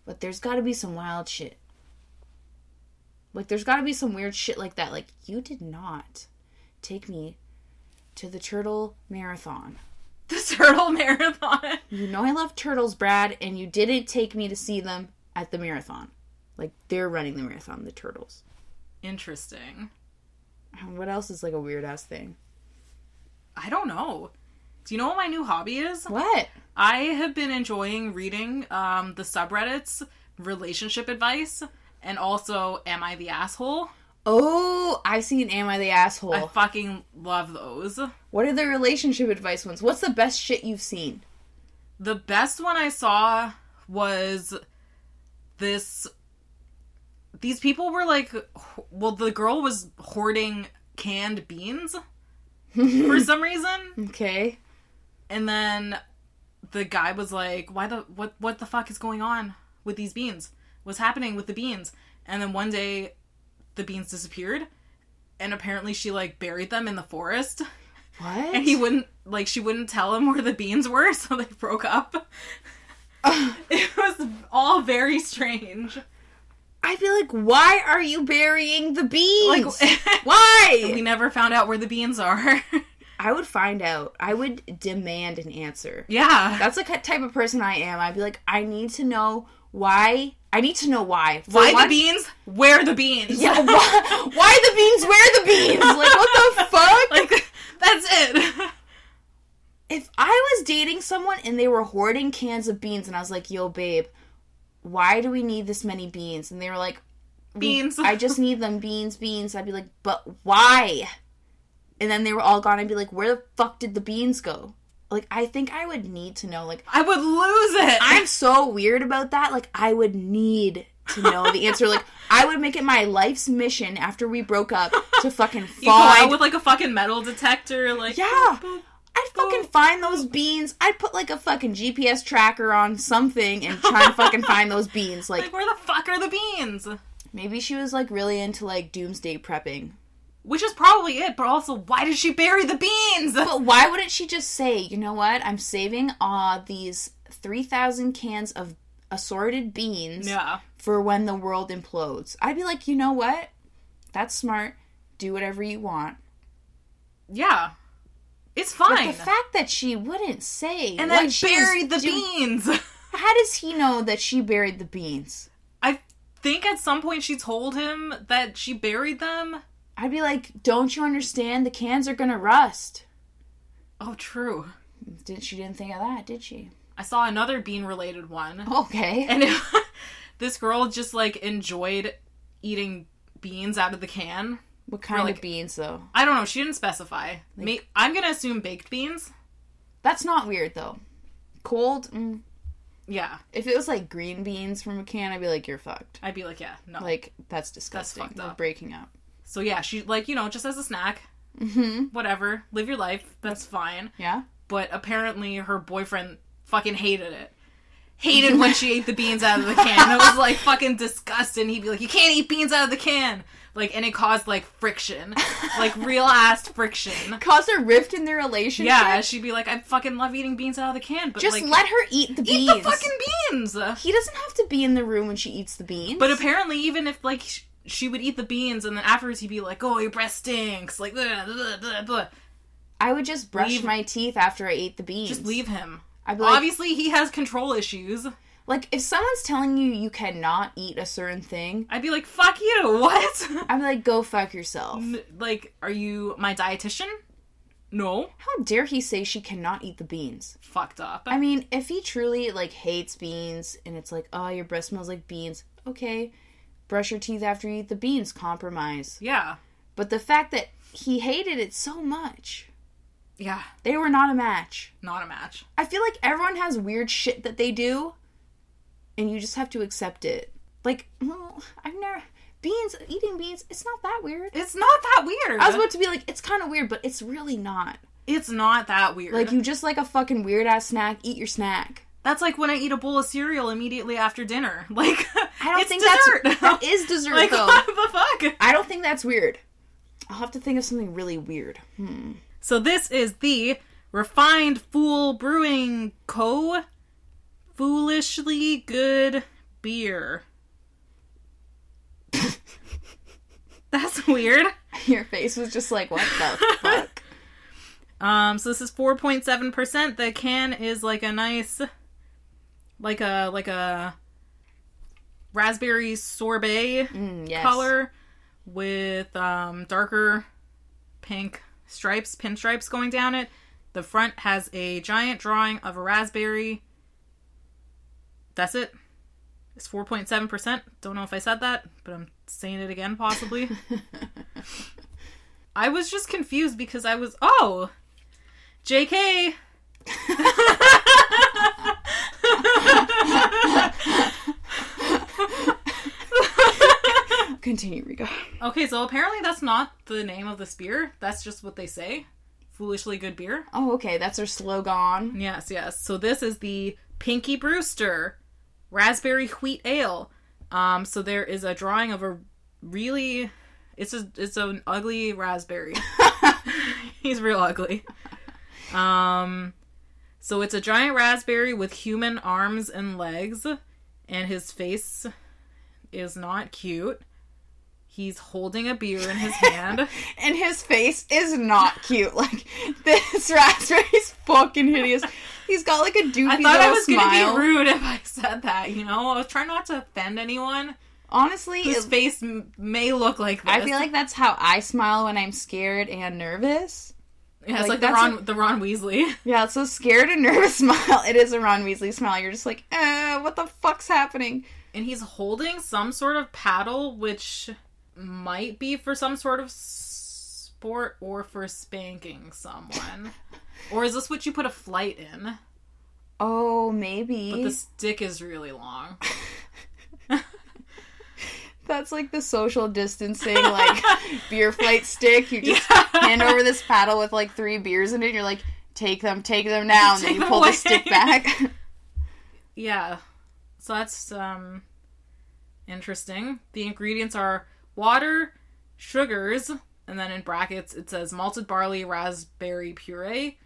A: But there's got to be some wild shit. Like there's got to be some weird shit like that. Like you did not take me to the turtle marathon.
B: The turtle marathon.
A: You know I love turtles, Brad, and you didn't take me to see them at the marathon. Like they're running the marathon, the turtles.
B: Interesting.
A: And What else is like a weird ass thing?
B: I don't know. Do you know what my new hobby is?
A: What?
B: I have been enjoying reading um, the subreddits relationship advice and also am I the asshole?
A: Oh, I've seen Am I the Asshole.
B: I fucking love those.
A: what are the relationship advice ones? What's the best shit you've seen?
B: The best one I saw was this these people were like h- well the girl was hoarding canned beans for some reason
A: Okay.
B: And then the guy was like, "Why the what what the fuck is going on with these beans? What's happening with the beans?" And then one day the beans disappeared and apparently she like buried them in the forest
A: What?
B: and he wouldn't like she wouldn't tell him where the beans were, so they broke up. it was all very strange.
A: I'd be like, why are you burying the beans?
B: Like- We
A: why?
B: never found out where the beans are.
A: I would find out. I would demand an answer.
B: yeah.
A: That's the ki- type of person I am. I'd be like, I need to know why. I need to know why. For
B: Why
A: one-
B: the beans? Where the beans?
A: Yeah, why, why the beans? Where the beans? Like, what the fuck?
B: like that's it.
A: if I was dating someone and they were hoarding cans of beans and I was like, yo, babe, why do we need this many beans? And they were like,
B: beans.
A: I just need them beans, beans. I'd be like, but why? And then they were all gone. I'd be like, where the fuck did the beans go? Like, I think I would need to know. Like,
B: I would lose it.
A: I'm so weird about that. Like, I would need to know the answer. Like, I would make it my life's mission after we broke up to fucking
B: You go out
A: find
B: with Oh. like a fucking metal detector, like
A: Yeah. I'd fucking find those beans. I'd put like a fucking GPS tracker on something and try and fucking find those beans. Like
B: Like where the fuck are the beans?
A: maybe she was like really into like doomsday prepping.
B: Which is probably it, but also why did she bury the beans?
A: But why wouldn't she just say, you know what? I'm saving uh these three thousand cans of assorted beans
B: yeah,
A: for when the world implodes. I'd be like, you know what? That's smart. Do whatever you want.
B: yeah, it's
A: But
B: fine.
A: the fact that she wouldn't say
B: and
A: what
B: then
A: she was
B: buried the
A: do-
B: beans.
A: How does he know that she buried the beans?
B: I think at some point she told him that she buried them.
A: I'd be like, "Don't you understand? The cans are gonna rust."
B: Oh, true.
A: Didn't she? Didn't think of that, did she?
B: I saw another bean-related one,
A: Okay.
B: and it, this girl just like enjoyed eating beans out of the can.
A: what kind
B: like-
A: of beans, though?
B: I don't know. She didn't specify. May- I'm gonna assume baked beans.
A: That's not weird, though. Cold. Mm.
B: Yeah,
A: If it was like green beans from a can, I'd be like, "You're fucked."
B: I'd be like, yeah, no.
A: Like that's disgusting.
B: fucked
A: We're
B: up.
A: breaking up.
B: so yeah, she like you know just as a snack,
A: Mm-hmm.
B: whatever. Live your life. That's fine.
A: Yeah.
B: But apparently her boyfriend fucking hated it. Hated when she ate the beans out of the can. It was like fucking disgusting. He'd be like, "You can't eat beans out of the can." Like, and it caused like friction, like real ass friction.
A: Cause a rift in their relationship.
B: Yeah, she'd be like, "I fucking love eating beans out of the can," but
A: Just
B: like,
A: let her eat the
B: eat
A: beans.
B: the fucking beans.
A: He doesn't have to be in the room when she eats the beans.
B: But apparently, even if like sh- she would eat the beans, and then afterwards he'd be like, "Oh, your breath stinks," like, blah, blah, blah, blah.
A: I would just brush
B: Leave-
A: my teeth after I ate the beans.
B: just leave him.
A: I'd be like,
B: Obviously, he has control issues.
A: like if someone's telling you you cannot eat a certain thing,
B: I'd be like, "Fuck you! What?
A: I'm like, go fuck yourself.
B: N- like, are you my dietitian? No,
A: How dare he say she cannot eat the beans?
B: fucked up.
A: I mean, if he truly like hates beans and it's like, oh, your breath smells like beans, okay, brush your teeth after you eat the beans, compromise.
B: yeah,
A: But the fact that he hated it so much,
B: Yeah,
A: They were not a match.
B: not a match.
A: I feel like everyone has weird shit that they do, and you just have to accept it. Like, well, I've never beans eating beans. It's not that weird.
B: It's not that weird.
A: I was about to be like, it's kind of weird, but it's really not.
B: it's not that weird.
A: Like, you just like a fucking weird ass snack. Eat your snack.
B: That's like when I eat a bowl of cereal immediately after dinner. Like
A: I don't
B: it's
A: think
B: dessert.
A: that's that is dessert
B: like
A: though.
B: what the fuck.
A: I don't think that's weird. I'll have to think of something really weird. Hmm.
B: So this is the refined fool brewing co. Foolishly good beer. That's weird.
A: Your face was just like, what the fuck?
B: Um, so this is four point seven percent. The can is like a nice, like a like a raspberry sorbet
A: Mm, yes.
B: color with um, darker pink stripes, pinstripes going down it. The front has a giant drawing of a raspberry. That's it. It's 4.7%. Don't know if I said that, but I'm saying it again, possibly. I was just confused because I was, oh, JK.
A: Continue, Rico.
B: Okay, so apparently that's not the name of this beer. That's just what they say. Foolishly good beer.
A: Oh, okay. That's her slogan.
B: Yes, yes. So this is the Pinky Brewster Raspberry Wheat Ale. Um, so there is a drawing of a really, it's a, it's an ugly raspberry. He's real ugly. Um, so it's a giant raspberry with human arms and legs, and his face is not cute. He's holding a beer in his hand.
A: And his face is not cute. Like this raspberry's fucking hideous. He's got like a doofy
B: I thought I
A: little
B: was
A: smile.
B: gonna be rude if I said that. You know, I was trying not to offend anyone.
A: Honestly,
B: His
A: it-
B: face m- may look like this.
A: I feel like that's how I smile when I'm scared and nervous.
B: yeah, it's
A: like,
B: like, the
A: that's
B: Ron, the Ron Weasley.
A: Yeah, it's a scared and nervous smile. It is a Ron Weasley smile. You're just like, uh, what the fuck's happening?
B: and he's holding some sort of paddle, which might be for some sort of sport or for spanking someone. or is this what you put a flight in?
A: Oh, maybe.
B: But the stick is really long.
A: That's like the social distancing, like beer flight stick. You just hand over this paddle with like three beers in it. You're like, take them, take them now, and then
B: Take
A: you
B: them
A: pull
B: away.
A: the stick back.
B: Yeah. So that's um interesting. The ingredients are water, sugars, and then in brackets it says malted barley, raspberry puree,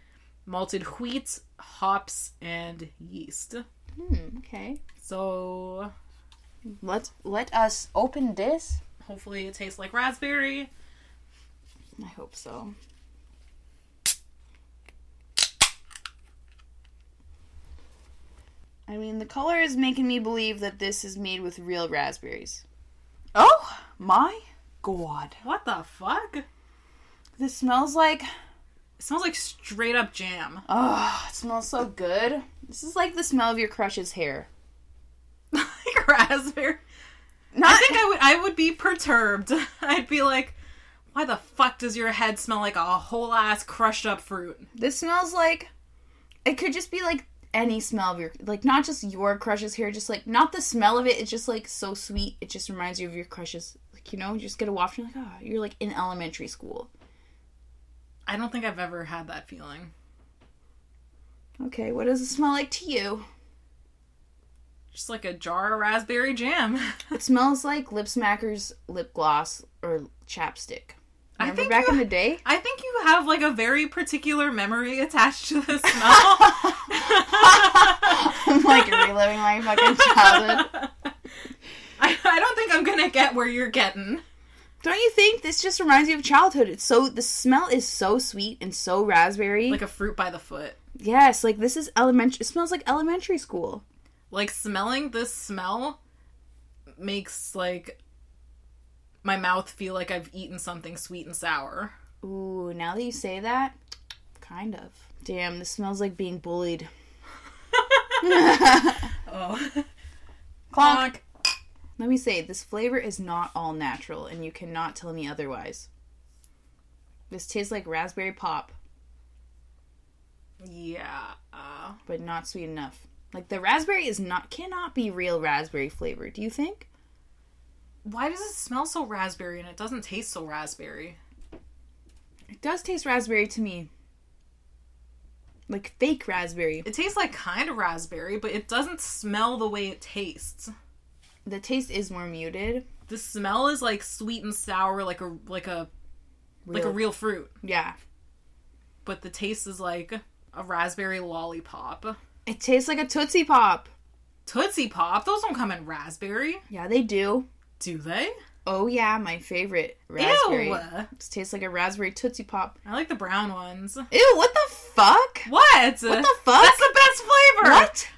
B: malted wheat, hops, and yeast.
A: hmm, okay,
B: So
A: let let us open this.
B: hopefully it tastes like raspberry.
A: I hope so. I mean, the color is making me believe that this is made with real raspberries. Oh my god!
B: What the fuck? It
A: This smells like
B: smells like straight up jam.
A: Oh, it smells so good. This is like the smell of your crush's hair.
B: like raspberry.
A: Not
B: I think I would I would be perturbed. I'd be like, why the fuck does your head smell like a whole ass crushed up fruit?
A: this smells like it could just be like any smell of your like not just your crush's hair, just like not the smell of it. It's just like so sweet. It just reminds you of your crush's like you know, you just get a waft and you're like, oh, you're like in elementary school.
B: I don't think I've ever had that feeling.
A: Okay, what does it smell like to you?
B: Just like a jar of raspberry jam.
A: It smells like Lip Smacker's lip gloss or chapstick.
B: I
A: Remember
B: think
A: back
B: you-
A: in the day?
B: I think you have like a very particular memory attached to the smell.
A: I'm like reliving my fucking childhood.
B: I, I don't think I'm gonna get where you're getting.
A: Don't you think this just reminds you of childhood? It's so the smell is so sweet and so raspberry.
B: Like a fruit by the foot.
A: yes, like this is elementary. It smells like elementary school.
B: Like smelling this smell makes like my mouth feel like I've eaten something sweet and sour.
A: Ooh, now that you say that, kind of. Damn, this smells like being bullied.
B: Oh.
A: Clonk. Let me say, this flavor is not all natural, and you cannot tell me otherwise. This tastes like raspberry pop.
B: Yeah. Uh,
A: but not sweet enough. Like the raspberry is not cannot be real raspberry flavor. Do you think?
B: why does it smell so raspberry and it doesn't taste so raspberry?
A: It does taste raspberry to me. Like fake raspberry.
B: It tastes like kind of raspberry, but it doesn't smell the way it tastes.
A: The taste is more muted.
B: The smell is like sweet and sour, like a like a like a real fruit,
A: Yeah.
B: but the taste is like a raspberry lollipop.
A: It tastes like a Tootsie Pop.
B: Tootsie Pop, those don't come in raspberry,
A: Yeah, they do.
B: do they?
A: Oh yeah, my favorite raspberry.
B: Ew!
A: It tastes like a raspberry Tootsie Pop.
B: I like the brown ones.
A: Ew! What the fuck?
B: What?
A: What the fuck?
B: That's the best flavor.
A: What?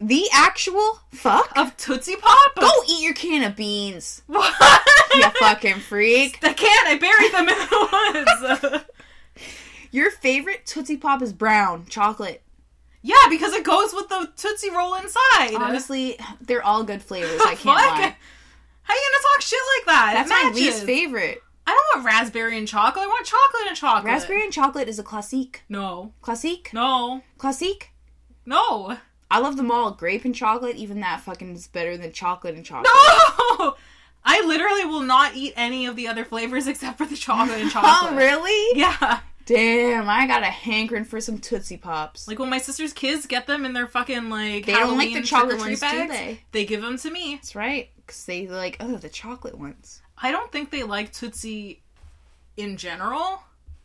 A: The actual fuck?
B: Of Tootsie Pop?
A: Go eat your can of beans.
B: What?
A: You fucking freak.
B: I can't. I buried them in the woods.
A: Your favorite Tootsie Pop is brown chocolate.
B: yeah, because it goes with the Tootsie Roll inside.
A: Honestly, they're all good flavors. I can't
B: Fuck.
A: lie.
B: How you gonna talk shit like that?
A: That's
B: It
A: my
B: matches.
A: least favorite.
B: I don't want raspberry and chocolate. I want chocolate and chocolate.
A: Raspberry and chocolate is a classique.
B: No.
A: Classique?
B: No.
A: Classique?
B: No.
A: I love them all. Grape and chocolate, even that fucking is better than chocolate and chocolate.
B: No. I literally will not eat any of the other flavors except for the chocolate and chocolate.
A: Oh, really?
B: Yeah.
A: Damn, I got a hankering for some Tootsie Pops.
B: Like when my sister's kids get them in their fucking like
A: They don't like the
B: Halloween
A: chocolate
B: trick-or-treat
A: ones, do
B: bags,
A: they?
B: give them to me.
A: That's right. Because they like, oh, the chocolate ones.
B: I don't think they like Tootsie in general.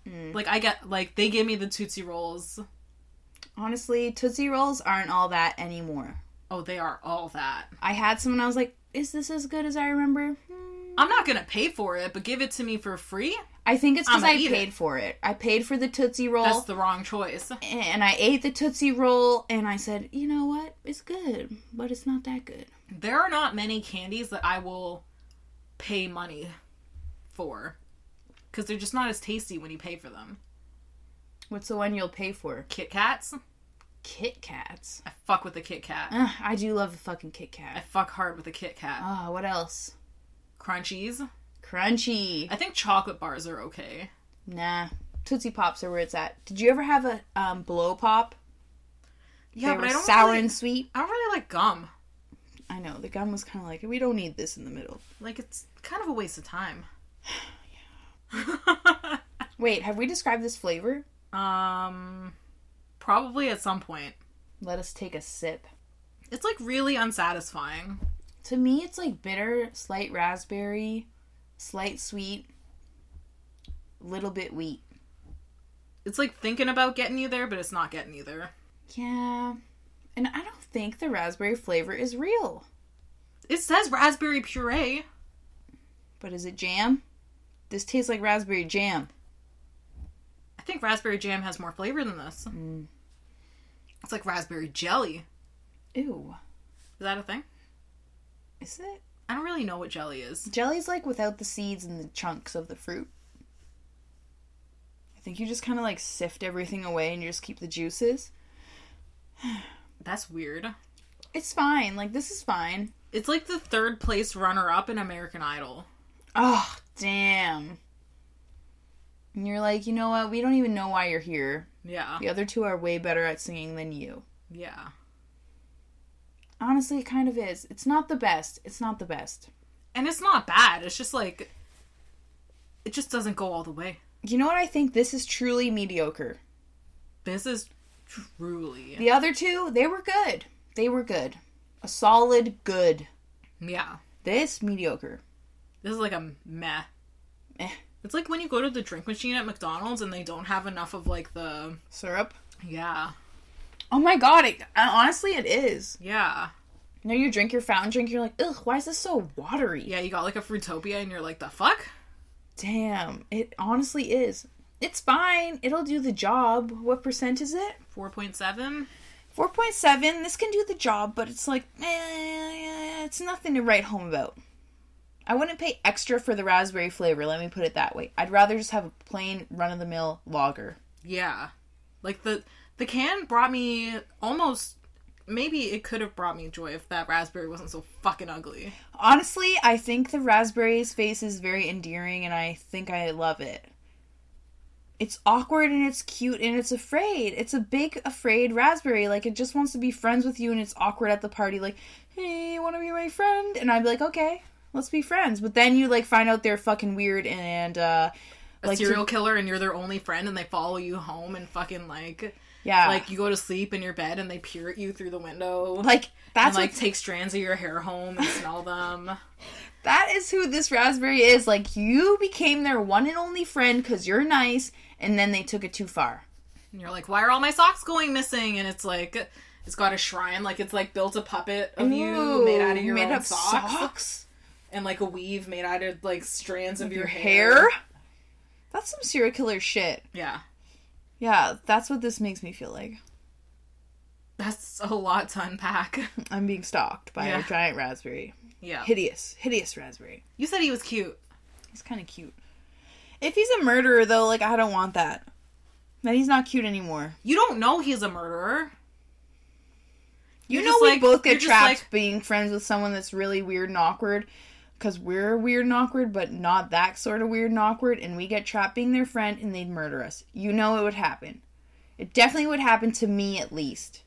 A: Hmm.
B: Like I get like they give me the Tootsie rolls.
A: Honestly, Tootsie Rolls aren't all that anymore.
B: Oh, they are all that.
A: I had some and I was like, is this as good as I remember? Hmm.
B: I'm not gonna pay for it, but give it to me for free.
A: I think it's because
B: I'ma
A: I
B: eat
A: paid for it. I paid for the Tootsie Roll.
B: That's the wrong choice.
A: and I ate the Tootsie Roll and I said, you know what? It's good, but it's not that good.
B: There are not many candies that I will pay money for because they're just not as tasty when you pay for them.
A: What's the one you'll pay for?
B: Kit Kats,
A: Kit Kats.
B: I fuck with the Kit Kat.
A: Ugh, I do love the fucking Kit
B: I
A: Kat.
B: fuck hard with the Kit Kat.
A: Ah, what else?
B: Crunchies.
A: Crunchy.
B: I think chocolate bars are okay.
A: Nah. Tootsie Pops are where it's at. Did you ever have a um, blow pop?
B: Yeah,
A: they
B: but
A: were
B: I don't
A: sour
B: really,
A: and sweet.
B: I don't really like gum.
A: I know the gum was kind of like we don't need this in the middle.
B: Like it's kind of a waste of time.
A: Wait, have we described this flavor?
B: um, probably at some point.
A: Let us take a sip.
B: It's like really unsatisfying.
A: To me, it's like bitter, slight raspberry, slight sweet, little bit wheat.
B: It's like thinking about getting you there, but it's not getting you there.
A: Yeah. And I don't think the raspberry flavor is real.
B: It says raspberry puree.
A: But is it jam? This tastes like raspberry jam.
B: I think raspberry jam has more flavor than this. It's like raspberry jelly.
A: Ew.
B: Is that a thing?
A: Is it?
B: I don't really know what jelly is.
A: Jelly's like without the seeds and the chunks of the fruit. I think you just kind of like sift everything away and you just keep the juices.
B: That's weird.
A: It's fine. Like, this is fine.
B: It's like the third place runner up in American Idol.
A: Oh, damn. And you're like, you know what? We don't even know why you're here.
B: Yeah.
A: The other two are way better at singing than you.
B: Yeah.
A: Honestly, it kind of is. It's not the best. It's not the best.
B: And it's not bad. It's just like it just doesn't go all the way.
A: You know what I think? This is truly mediocre.
B: This is truly
A: The other two, they were good. They were good. A solid good.
B: Yeah.
A: This mediocre.
B: This is like a meh.
A: Eh.
B: It's like when you go to the drink machine at McDonald's and they don't have enough of like the
A: Syrup.
B: yeah.
A: Oh my god, it, uh, honestly it is.
B: Yeah.
A: You know you drink your fountain drink, you're like, ugh, why is this so watery?
B: Yeah, you got like a Fruitopia and you're like, the fuck?
A: Damn, it honestly is. It's fine. It'll do the job. What percent is it?
B: 4.7?
A: 4.7. This can do the job, but it's like, eh, it's nothing to write home about. I wouldn't pay extra for the raspberry flavor, let me put it that way. I'd rather just have a plain run of the mill lager.
B: Yeah. Like the the can brought me almost maybe it could have brought me joy if that raspberry wasn't so fucking ugly.
A: Honestly, I think the raspberry's face is very endearing and I think I love it. It's awkward and it's cute and it's afraid. It's a big afraid raspberry. Like it just wants to be friends with you and it's awkward at the party. Like, hey, want to be my friend? And I'd be like, okay, let's be friends. But then you like find out they're fucking weird and uh,
B: A
A: like
B: serial killer and you're their only friend and they follow you home and fucking like
A: yeah, like
B: like you go to sleep in your bed and they peer at you through the window.
A: like that's
B: and,
A: like
B: like take strands of your hair home and smell them.
A: that is who this raspberry is. Like you became their one and only friend because you're nice, and then they took it too far.
B: And you're like, why are all my socks going missing? And it's like, it's got a shrine, like it's like built a puppet of you made out of your own socks,
A: socks?
B: and like a weave made out of like strands of your,
A: Your
B: hair.
A: hair. That's some serial killer shit.
B: Yeah,
A: Yeah, that's what this makes me feel like.
B: that's a lot to unpack.
A: I'm being stalked by
B: Yeah.
A: a giant raspberry.
B: yeah,
A: Hideous, hideous raspberry.
B: you said he was cute.
A: He's kind of cute. If he's a murderer, though, like I don't want that. Then he's not cute anymore.
B: You don't know he's a murderer.
A: You
B: You're
A: know
B: just
A: we
B: like-
A: both get
B: you're just
A: trapped
B: like-
A: being friends with someone that's really weird and awkward because we're weird and awkward, but not that sort of weird and awkward, and we get trapped being their friend and they'd murder us. You know it would happen. It definitely would happen to me at least.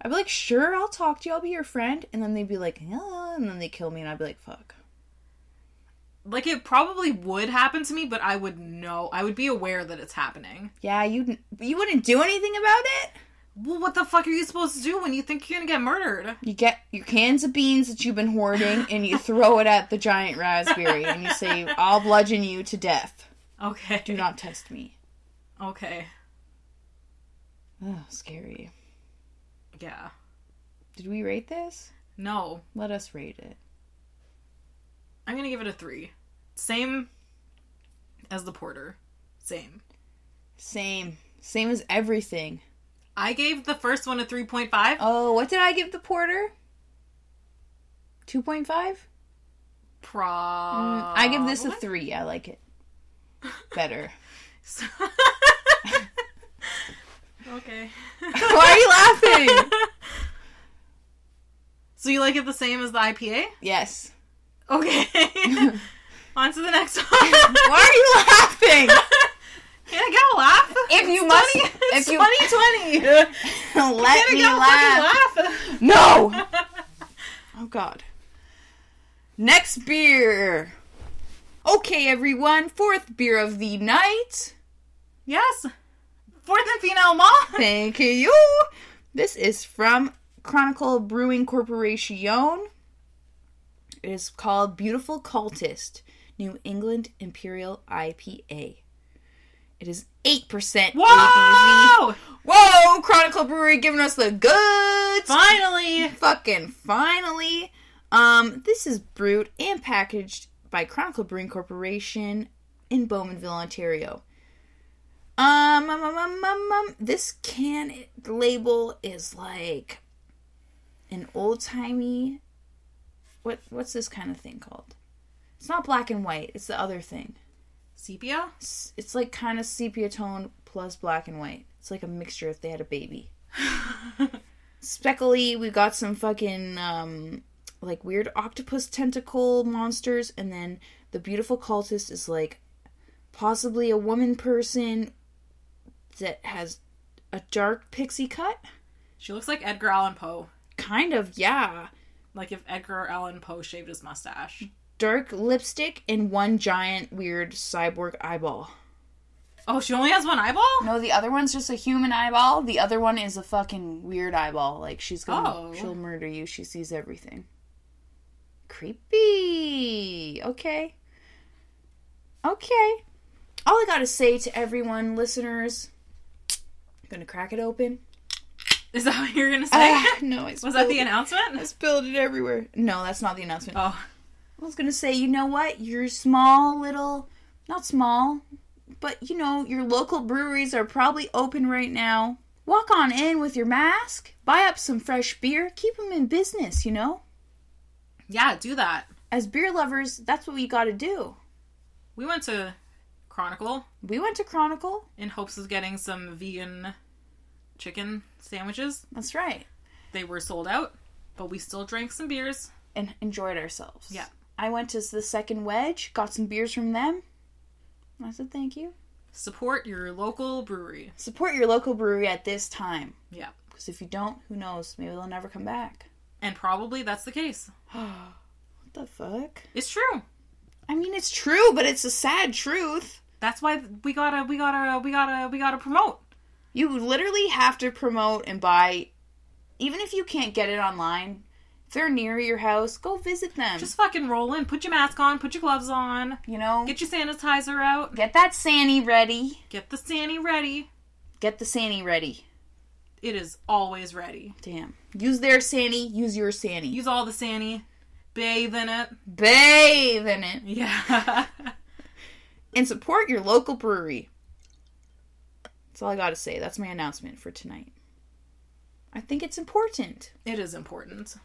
A: I'd be like, sure, I'll talk to you, I'll be your friend, and then they'd be like, yeah, and then they kill me, and I'd be like, fuck.
B: Like it probably would happen to me, but I would know. I would be aware that it's happening.
A: Yeah, you you wouldn't do anything about it.
B: Well, what the fuck are you supposed to do when you think you're gonna get murdered?
A: You get your cans of beans that you've been hoarding, and you throw it at the giant raspberry, and you say, "I'll bludgeon you to death.
B: Okay,
A: Do not test me."
B: Okay,
A: Oh, scary.
B: yeah,
A: Did we rate this?
B: no,
A: Let us rate it.
B: I'm gonna give it a three. Same as the porter. Same.
A: Same, same as everything.
B: I gave the first one a 3.5.
A: Oh, what did I give the porter? Two point five.
B: Pro.
A: I give this a three. I like it better.
B: okay.
A: Why are you laughing?
B: so you like it the same as the IPA?
A: Yes.
B: Okay. On to the next one.
A: Why are you laughing?
B: Can I get a laugh?
A: If you
B: It's
A: must-
B: 20 it's
A: if you-
B: 2020. Can
A: Let
B: I
A: me
B: get a
A: laugh.
B: laugh.
A: No! oh god. Next beer. Okay, everyone, fourth beer of the night.
B: yes. Fourth and female mom.
A: Thank you. This is from Chronicle Brewing Corporation. It is called Beautiful Cultist New England Imperial IPA. It is 8% ABV.
B: Whoa!
A: Whoa, Chronicle Brewery giving us the goods.
B: Finally.
A: fucking finally. Um, this is brewed and packaged by Chronicle Brewing Corporation in Bowmanville, Ontario. Um, um, um, um, um, um, this can label is like an old timey. What what's this kind of thing called? It's not black and white. It's the other thing.
B: Sepia?
A: It's, it's like kind of sepia tone plus black and white. It's like a mixture if they had a baby speckly. We got some fucking um like weird octopus tentacle monsters, and then the beautiful cultist is like possibly a woman person that has a dark pixie cut.
B: She looks like Edgar Allan Poe.
A: Kind of, yeah.
B: Like if Edgar Allan Poe shaved his mustache.
A: Dark lipstick and one giant weird cyborg eyeball.
B: Oh, she only has one eyeball?
A: No, the other one's just a human eyeball. The other one is a fucking weird eyeball. Like she's gonna,
B: Oh.
A: she'll murder you. She sees everything. Creepy. Okay. Okay. All I gotta say to everyone, listeners, I'm gonna crack it open.
B: Is that what you're gonna say?
A: Ah, no, I
B: Was that
A: spilled
B: the
A: it. I
B: announcement?
A: spilled it everywhere. No, that's not the announcement.
B: Oh,
A: I was gonna say, you know what? Your small little, not small, but you know, your local breweries are probably open right now. Walk on in with your mask, buy up some fresh beer, keep them in business, you know?
B: yeah, do that.
A: As beer lovers, that's what we gotta do.
B: We went to Chronicle
A: We went to Chronicle.
B: in hopes of getting some vegan chicken sandwiches.
A: That's right.
B: They were sold out, but we still drank some beers.
A: And enjoyed ourselves.
B: Yeah.
A: I went to the second wedge, got some beers from them. I said thank you.
B: Support your local brewery.
A: Support your local brewery at this time.
B: Yeah.
A: Because if you don't, who knows? Maybe they'll never come back.
B: And probably that's the case.
A: what the fuck?
B: It's true.
A: I mean, it's true, but it's a sad truth.
B: That's why we gotta, we gotta, we gotta, we gotta promote.
A: You literally have to promote and buy, even if you can't get it online. If they're near your house, go visit them.
B: Just fucking roll in. Put your mask on. Put your gloves on.
A: you know,
B: Get your sanitizer out.
A: get that Sanny ready.
B: Get the Sanny ready.
A: Get the Sanny ready.
B: It is always ready.
A: Damn. Use their Sanny. Use your Sanny.
B: Use all the Sanny. Bathe in it.
A: bathe in it
B: Yeah.
A: and support your local brewery. That's all I got to say. That's my announcement for tonight. I think it's important.
B: it is important.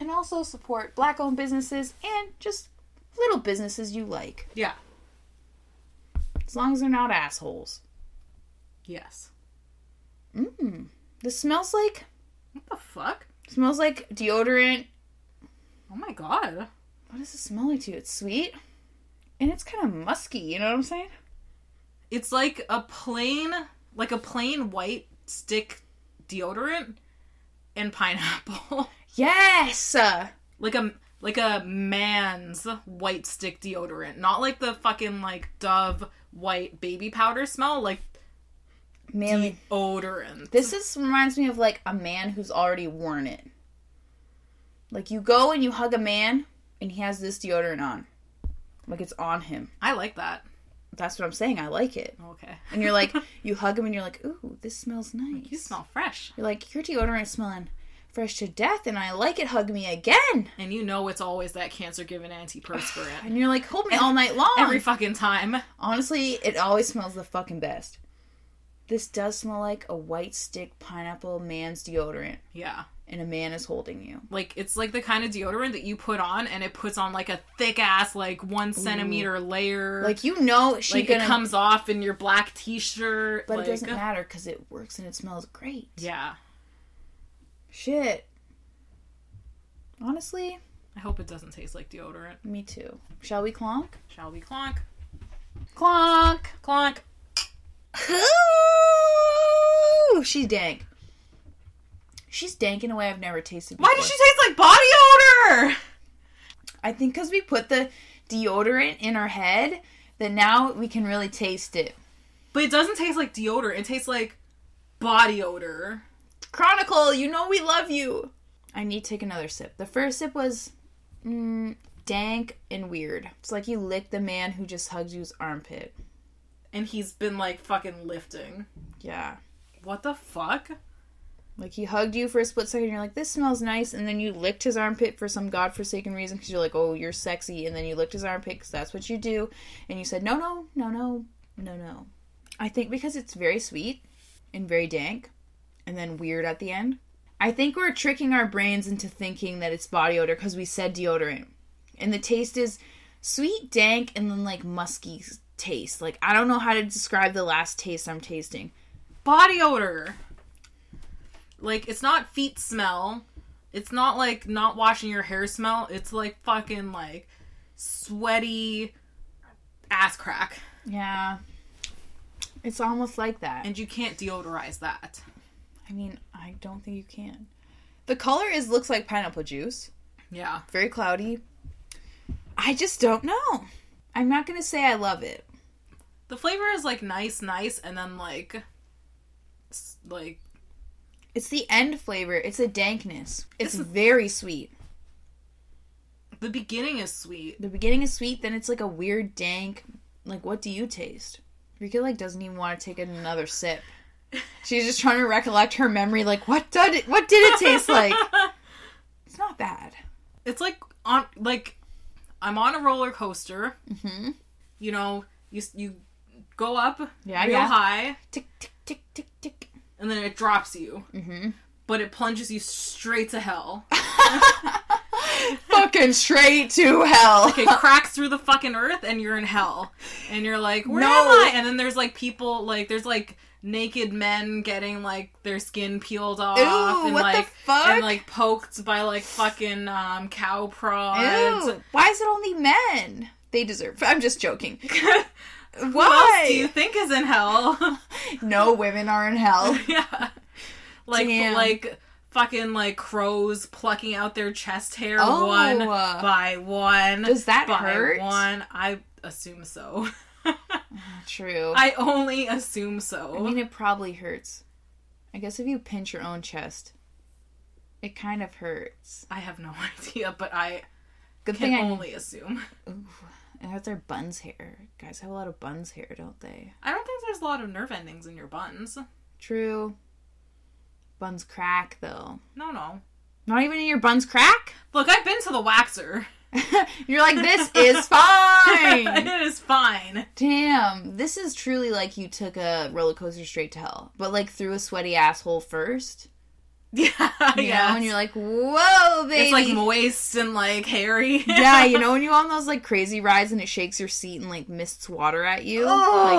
A: And also support black owned businesses and just little businesses you like,
B: Yeah.
A: as long as they're not assholes.
B: Yes.
A: Mmm. This smells like
B: What the fuck?
A: smells like deodorant.
B: Oh my god.
A: What does it smell like to you? It's sweet. And it's kind of musky, you know what I'm saying?
B: It's like a plain, like a plain white stick deodorant and pineapple.
A: Yes. Uh,
B: like a like a man's white stick deodorant, not like the fucking like Dove white baby powder smell, like
A: manly.
B: deodorant.
A: This is reminds me of like a man who's already worn it. Like you go and you hug a man and he has this deodorant on. Like it's on him.
B: I like that.
A: That's what I'm saying. I like it.
B: Okay.
A: And you're like you hug him and you're like, "Ooh, this smells nice."
B: You smell fresh,
A: You're like, "Your deodorant smelling fresh to death and I like it. Hug me again."
B: and you know it's always that cancer-given antiperspirant
A: And you're like, "Hold me all night long."
B: every fucking time.
A: Honestly, it always smells the fucking best. This does smell like a white stick pineapple man's deodorant
B: Yeah,
A: and a man is holding you.
B: like it's like the kind of deodorant that you put on, and it puts on like a thick ass, like one centimeter layer.
A: Like you know she
B: like
A: gonna
B: it comes off in your black t-shirt.
A: But
B: like,
A: it doesn't matter because it works and it smells great.
B: Yeah,
A: Shit. Honestly,
B: I hope it doesn't taste like deodorant.
A: me too. Shall we clonk?
B: Shall we clonk?
A: Clonk!
B: Clonk.
A: Ooh, she's dank. She's dank in a way I've never tasted before.
B: Why does she taste like body odor?
A: I think because we put the deodorant in our head that now we can really taste it.
B: But it doesn't taste like deodorant. It tastes like body odor.
A: Chronicle, you know we love you. I need to take another sip. The first sip was mm, dank and weird. It's like you licked the man who just hugged you's armpit.
B: And he's been like fucking lifting.
A: Yeah.
B: What the fuck?
A: Like he hugged you for a split second, you're like, this smells nice, and then you licked his armpit for some godforsaken reason because you're like, oh, you're sexy, and then you licked his armpit because that's what you do, and you said, no, no, no, no, no, no. I think because it's very sweet and very dank, and then weird at the end. I think we're tricking our brains into thinking that it's body odor because we said deodorant, and the taste is sweet, dank, and then like musky s- taste. Like I don't know how to describe the last taste I'm tasting.
B: Body odor. Like it's not feet smell. It's not like not washing your hair smell. It's like fucking like sweaty ass crack.
A: Yeah. It's almost like that.
B: And you can't deodorize that.
A: I mean, I don't think you can. The color is looks like pineapple juice.
B: Yeah.
A: Very cloudy. I just don't know. I'm not gonna say I love it.
B: The flavor is like nice, nice, and then like s- like
A: It's the end flavor. It's a dankness. It's very sweet.
B: the beginning is sweet.
A: The beginning is sweet, then it's like a weird dank. Like, what do you taste? Rika like doesn't even want to take another sip. She's just trying to recollect her memory. Like, what did it? What did it taste like? It's not bad.
B: it's like on like I'm on a roller coaster.
A: Mhm.
B: You know, you you go up
A: Yeah,
B: real
A: yeah.
B: high,
A: Tick tick tick tick tick.
B: and then it drops you,
A: Mm-hmm.
B: but it plunges you straight to hell.
A: fucking straight to hell.
B: It cracks through the fucking earth, and you're in hell. And you're like, where
A: No.
B: am I? And then there's like people like there's like naked men getting like their skin peeled off
A: Ew,
B: and
A: what the
B: like
A: fuck?
B: and like poked by like fucking um cow prods.
A: Ew. Why is it only men? They deserve. I'm just joking.
B: Who else do you think is in hell?
A: No women are in hell.
B: yeah. Like
A: Damn.
B: like fucking like crows plucking out their chest hair
A: Oh.
B: one by one.
A: Does that
B: by
A: hurt?
B: one. I assume so.
A: True. I,
B: I only assume so.
A: mean, it probably hurts. I guess if you pinch your own chest, it kind of hurts.
B: I have no idea, but I
A: Good
B: can
A: thing I
B: only assume.
A: Ooh, and that's their buns hair. Guys have a lot of buns hair, don't they?
B: I don't think there's a lot of nerve endings in your buns.
A: True. Buns crack though.
B: No, no.
A: Not even in your buns crack.
B: Look, I've been to the waxer.
A: You're like, this is fine.
B: it is fine.
A: Damn, this is truly like you took a roller coaster straight to hell, but like through a sweaty asshole first.
B: Yeah,
A: You know,
B: yeah.
A: and you're like, whoa, baby.
B: it's like moist and like hairy.
A: yeah, you know when you go on those like crazy rides and it shakes your seat and like mists water at you.
B: Ugh.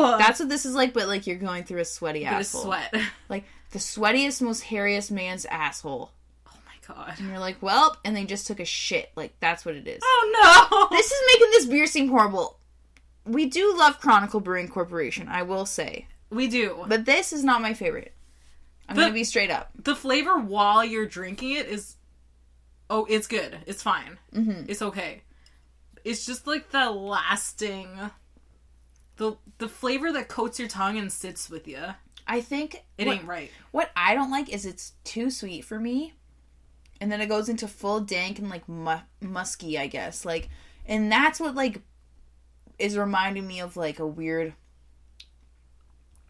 A: Like that's what this is like, but like you're going through a sweaty
B: But it's
A: asshole.
B: sweat. Oh
A: Like the sweatiest, most hairiest man's asshole.
B: my god.
A: And you're like, Welp, and they just took a shit. Like that's what it is.
B: Oh no.
A: This is making this beer seem horrible. We do love Chronicle Brewing Corporation, I will say.
B: We do.
A: But this is not my favorite. I'm
B: The-
A: gonna be straight up.
B: the flavor while you're drinking it is oh it's good it's fine
A: Mhm.
B: it's okay it's just like the lasting the the flavor that coats your tongue and sits with you
A: I think
B: it
A: what,
B: ain't right
A: what I don't like is it's too sweet for me. And then it goes into full dank and like mu- musky, I guess. Like and that's what like is reminding me of like a weird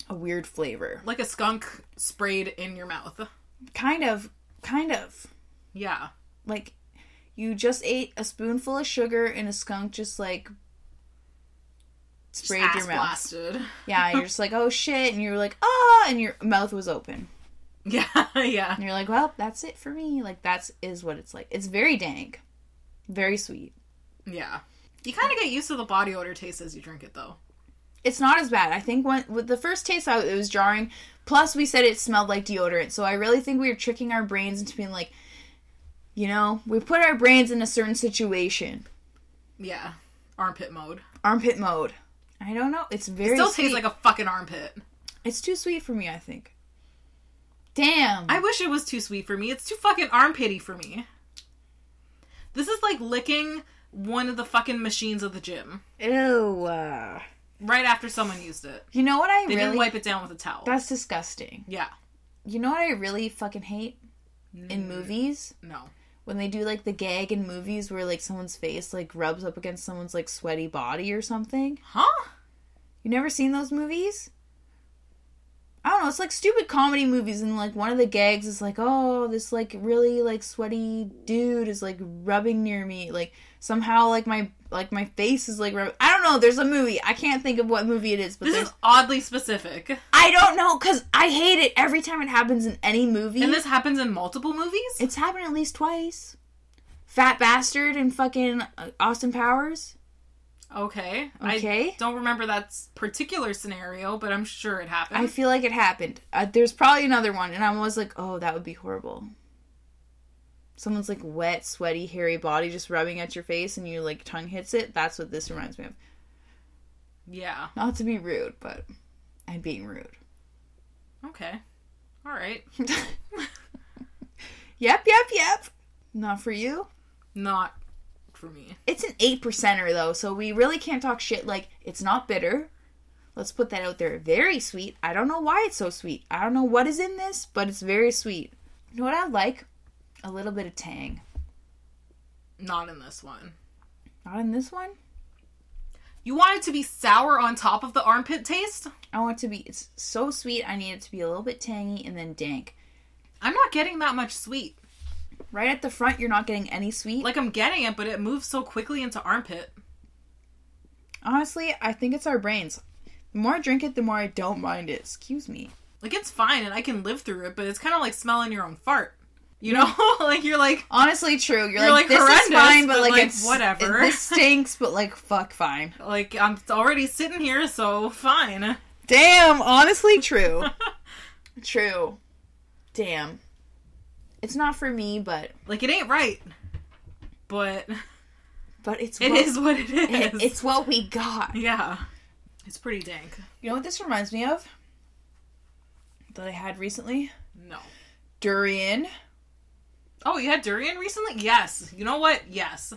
A: a weird flavor.
B: like a skunk sprayed in your mouth
A: Kind of kind of
B: yeah
A: like you just ate a spoonful of sugar and a skunk just like
B: Just
A: sprayed
B: ass
A: your mouth.
B: blasted
A: Yeah, you're just like, oh shit, and you were like, ah, and your mouth was open.
B: yeah yeah
A: And you're like, well, that's it for me. Like that's is what it's like. It's very dank, very sweet.
B: yeah you kind of get used to the body odor taste as you drink it though
A: It's not as bad. I think when with the first taste, I, it was jarring. Plus, we said it smelled like deodorant, so I really think we were tricking our brains into being like, you know, we put our brains in a certain situation,
B: yeah armpit mode
A: armpit mode. I don't know. It's very
B: still
A: sweet.
B: tastes like a fucking armpit
A: It's too sweet for me, I think. Damn.
B: I wish it was too sweet for me. It's too fucking armpity for me. This is like licking one of the fucking machines of the gym
A: Ew. uh,
B: right after someone used it.
A: You know what I
B: They
A: really
B: didn't wipe it down with a towel.
A: That's disgusting.
B: yeah.
A: You know what I really fucking hate
B: Mm.
A: in movies?
B: No.
A: When they do like the gag in movies where like someone's face like rubs up against someone's like sweaty body or something.
B: Huh?
A: You never seen those movies? I don't know, it's like stupid comedy movies and like one of the gags is like, "Oh, this like really like sweaty dude is like rubbing near me." Like somehow like my like my face is like rub- I don't know, there's a movie. I can't think of what movie it is, but
B: This
A: there's
B: is oddly specific.
A: I don't know cuz I hate it every time it happens in any movie.
B: And this happens in multiple movies?
A: it's happened at least twice. Fat bastard and fucking uh, Austin Powers.
B: Okay. I
A: Okay.
B: don't remember that s- particular scenario, but I'm sure it happened.
A: I feel like it happened. Uh, there's probably another one, and I was like, oh, that would be horrible. Someone's like wet, sweaty, hairy body just rubbing at your face, and your like tongue hits it. That's what this reminds me of.
B: yeah.
A: Not to be rude, but I'm being rude.
B: Okay. All right.
A: Yep, yep, yep. Not for you.
B: Not for me.
A: It's an eight percenter though, so we really can't talk shit. Like it's not bitter. Let's put that out there. Very sweet. I don't know why it's so sweet. I don't know what is in this, but it's very sweet. You know what I like? A little bit of tang.
B: Not in this one.
A: Not in this one.
B: You want it to be sour on top of the armpit taste?
A: I want it to be it's so sweet. I need it to be a little bit tangy and then dank.
B: I'm not getting that much sweet.
A: Right at the front, you're not getting any sweet.
B: Like I'm getting it, but it moves so quickly into armpit.
A: honestly, I think it's our brains. The more I drink it, the more I don't mind it. Excuse me.
B: Like it's fine and I can live through it, but it's kind of like smelling your own fart. You know, like you're like,
A: Honestly, true. You're,
B: You're,
A: like,
B: like,
A: this is
B: horrendous,
A: fine, but,
B: but,
A: like,
B: like,
A: it's
B: whatever.
A: It, this stinks, but like fuck, fine.
B: like I'm already sitting here, so fine.
A: Damn. Honestly, true. true. Damn. It's not for me, but
B: Like it ain't right, but
A: but it's
B: it
A: what,
B: is what it is.
A: it- it's what we got.
B: yeah. It's pretty dank.
A: You know what this reminds me of? That I had recently?
B: No.
A: Durian.
B: Oh, you had durian recently? Yes. You know what? Yes.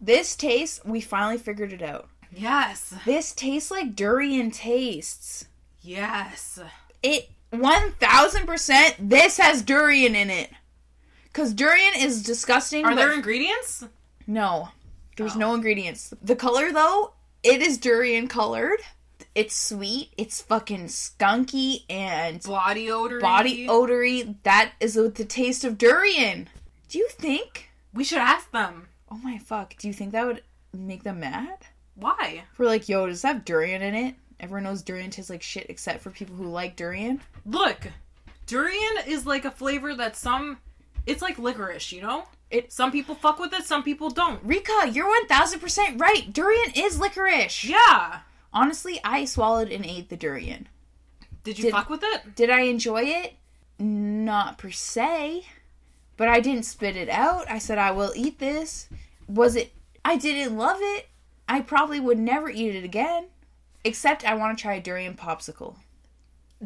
A: This tastes, we finally figured it out.
B: Yes.
A: This tastes like durian tastes.
B: Yes.
A: It 1000% this has durian in it. Cuz durian is disgusting.
B: Are
A: but-
B: there ingredients?
A: No. There's
B: Oh.
A: no ingredients. The color though, it is durian colored. It's sweet, it's fucking skunky and
B: Body odor.
A: body odory. That is with the taste of durian. Do you think?
B: We should ask them.
A: Oh my fuck. Do you think that would make them mad?
B: Why?
A: If we're like, yo, does that have durian in it? Everyone knows durian tastes like shit except for people who like durian.
B: Look, durian is like a flavor that some. It's like licorice, you know?
A: It-
B: Some people fuck with it, some people don't.
A: Rika, you're 1000% right. Durian is licorice.
B: Yeah.
A: Honestly, I swallowed and ate the durian.
B: Did you
A: Did-
B: fuck with it?
A: Did I enjoy it? Not per se, but I didn't spit it out. I said, I will eat this. Was it, I didn't love it. I probably would never eat it again. Except I want to try a durian popsicle.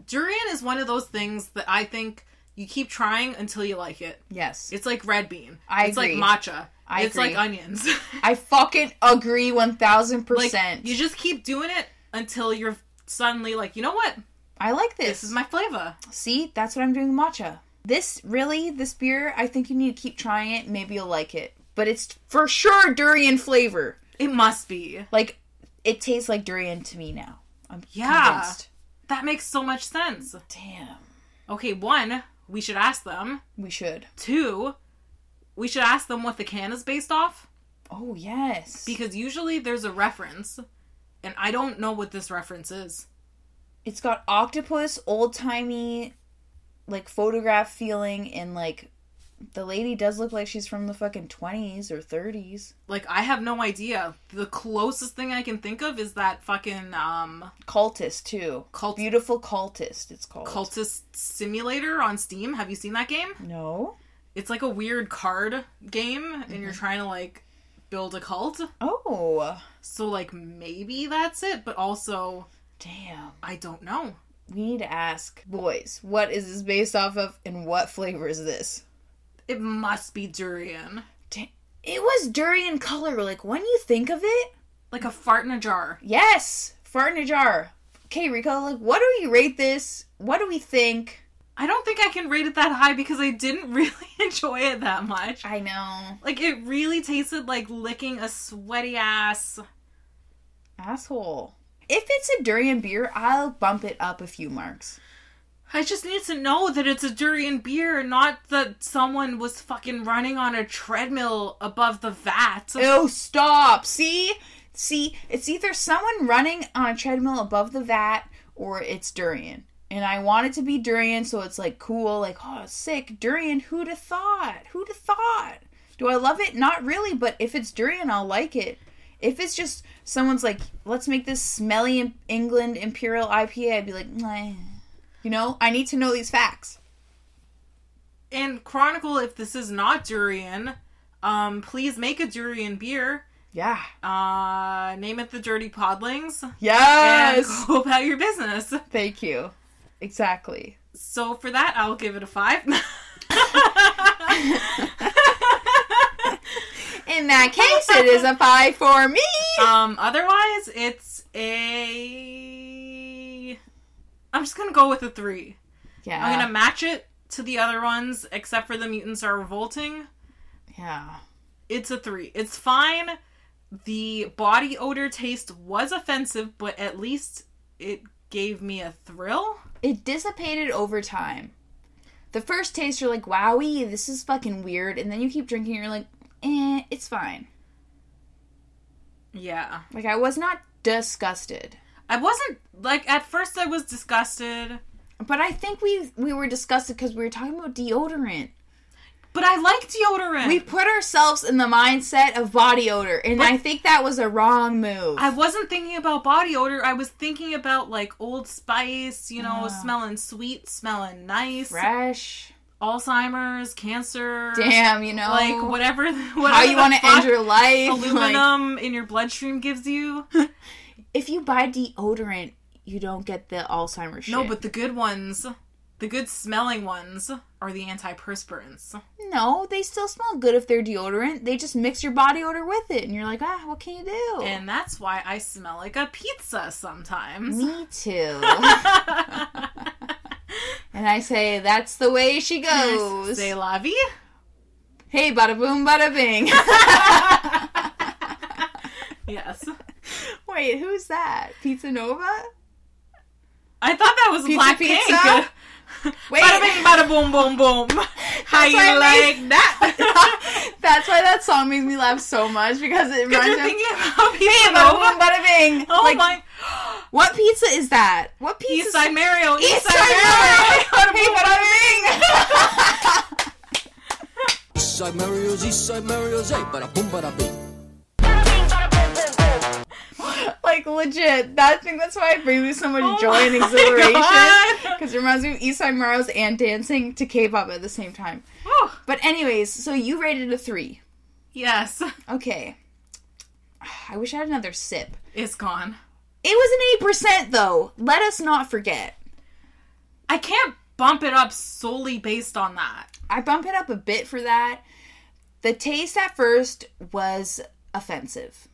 B: Durian is one of those things that I think you keep trying until you like it.
A: Yes.
B: It's like red bean.
A: I
B: it's
A: agree.
B: like matcha.
A: I
B: it's
A: agree.
B: like onions.
A: I fucking agree 1000%.
B: like you just keep doing it until you're suddenly like, you know what?
A: I like this.
B: This is my flavor.
A: See, that's what I'm doing with matcha. This really, this beer, I think you need to keep trying it. Maybe you'll like it. But it's for sure durian flavor.
B: It must be.
A: Like it tastes like durian to me now. I'm
B: Yeah.
A: convinced.
B: That makes so much sense.
A: Damn.
B: Okay, one, we should ask them.
A: We should.
B: Two, we should ask them what the can is based off
A: Oh yes.
B: because usually there's a reference and I don't know what this reference is.
A: it's got octopus, old timey, like photograph feeling, and like the lady does look like she's from the fucking twenties or thirties.
B: Like I have no idea. The closest thing I can think of is that fucking um
A: Cultist too.
B: cult
A: Beautiful cultist. It's called.
B: cultist simulator on Steam. Have you seen that game?
A: no.
B: It's like a weird card game and you're trying to like build a cult.
A: Oh.
B: So like maybe that's it, but also
A: Damn.
B: I don't know.
A: We need to ask boys, what is this based off of and what flavor is this?
B: It must be durian.
A: It was durian color. Like, when you think of it,
B: Like a fart in a jar.
A: yes, fart in a jar. Okay, Rico, like, what do we rate this? What do we think?
B: I don't think I can rate it that high because I didn't really enjoy it that much.
A: I know.
B: Like it really tasted like licking a sweaty ass.
A: Asshole. If it's a durian beer, I'll bump it up a few marks.
B: I just need to know that it's a durian beer, not that someone was fucking running on a treadmill above the vat.
A: Oh, stop. See? See, it's either someone running on a treadmill above the vat or it's durian. And I want it to be durian, so it's like cool, like, oh, sick. Durian, who'd have thought? Who'd have thought? Do I love it? Not really, but if it's durian, I'll like it. If it's just someone's like, let's make this smelly Im- England Imperial IPA, I'd be like, Meh. you know, I need to know these facts.
B: And Chronicle, if this is not durian, um, please make a durian beer.
A: Yeah.
B: Uh, name it the Dirty Podlings.
A: Yes.
B: And go about your business.
A: Thank you. Exactly.
B: So for that, I'll give it a five.
A: In that case, it is a pie for me.
B: um, otherwise, it's a. I'm just gonna go with a three.
A: Yeah.
B: I'm gonna match it to the other ones, except for the mutants are revolting.
A: Yeah.
B: It's a three. It's fine. The body odor taste was offensive, but at least it gave me a thrill.
A: It dissipated over time. The first taste, you're like, wowie, this is fucking weird. And then you keep drinking, you're like, eh, it's fine.
B: Yeah.
A: Like, I was not disgusted.
B: I wasn't like at first I was disgusted,
A: But I think we we were disgusted because we were talking about deodorant.
B: but I like deodorant.
A: We put ourselves in the mindset of body odor, and
B: But-
A: I think that was a wrong move.
B: I wasn't thinking about body odor. I was thinking about like Old Spice, you know,
A: Ah.
B: smelling sweet, smelling nice,
A: Fresh.
B: Alzheimer's, cancer,
A: Damn, you know.
B: like whatever, whatever
A: How you
B: the
A: want to
B: fuck
A: end your life. like-
B: aluminum in your bloodstream gives you.
A: If you buy deodorant, you don't get the Alzheimer's shit.
B: No, but the good ones, the good smelling ones, are the antiperspirants.
A: No, they still smell good if they're deodorant. They just mix your body odor with it, and you're like, ah, what can you do?
B: And that's why I smell like a pizza sometimes.
A: Me too. and I say, that's the way she goes.
B: Say la vie.
A: hey, bada boom, bada bing.
B: Yes.
A: Wait, who's that? Pizza Nova?
B: I thought that was
A: Pizza
B: Black
A: Pizza?
B: Pink.
A: Wait.
B: Bada bing, bada boom, boom, boom. How you
A: what I
B: like
A: mean.
B: that?
A: That's why that song makes me laugh so much because it
B: Because
A: reminds me.
B: you're
A: of-
B: thinking about
A: Hey,
B: Pizza
A: bada boom,
B: Nova.
A: bada bing.
B: Oh
A: like,
B: my.
A: what pizza is that? What pizza?
B: East Side Mario. East
A: Eastside
B: Side
A: Hey,
B: Mario.
A: bada bing.
E: East Side Mario's, East Side Mario's, hey, bada boom, bada bing.
A: like legit. That I think that's why it brings me so much
B: Oh
A: joy and
B: my
A: exhilaration.
B: God.
A: Because it reminds me of Eastside Mario's and dancing to K-pop at the same time.
B: Whew.
A: But anyways, so you rated a three.
B: Yes.
A: Okay. I wish I had another sip.
B: It's gone.
A: It was an eight percent though. Let us not forget.
B: I can't bump it up solely based on that.
A: I bump it up a bit for that. The taste at first was offensive.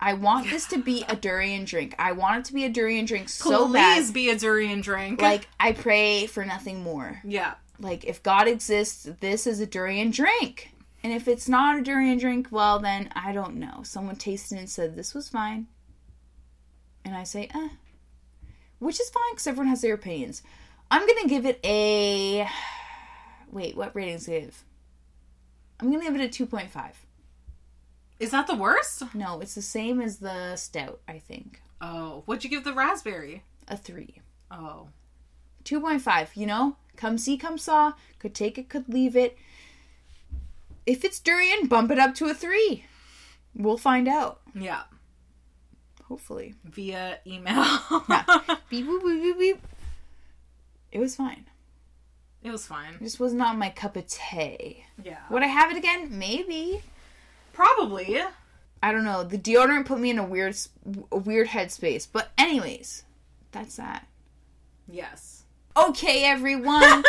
A: I want this to be a durian drink. I want it to be a durian drink so bad.
B: Please be a durian drink.
A: Like I pray for nothing more.
B: yeah.
A: like if God exists, this is a durian drink. And if it's not a durian drink, well then I don't know. Someone tasted it and said this was fine. And I say, eh. Which is fine because everyone has their opinions. I'm gonna give it a wait, what ratings give? I'm gonna give it a two point five.
B: Is that the worst?
A: No, it's the same as the stout, I think.
B: Oh, what'd you give the raspberry?
A: A three.
B: Oh.
A: 2.5, you know? Come see, come saw. Could take it, could leave it. If it's durian, bump it up to a 3. We'll find out,
B: Yeah.
A: hopefully.
B: Via email.
A: Beep, boop, boop, boop, boop. It was fine.
B: it was fine.
A: This was not my cup of tea.
B: Yeah.
A: Would I have it again? Maybe.
B: Probably.
A: I don't know. The deodorant put me in a weird, s- a weird headspace. But anyways, that's that.
B: Yes.
A: Okay, everyone.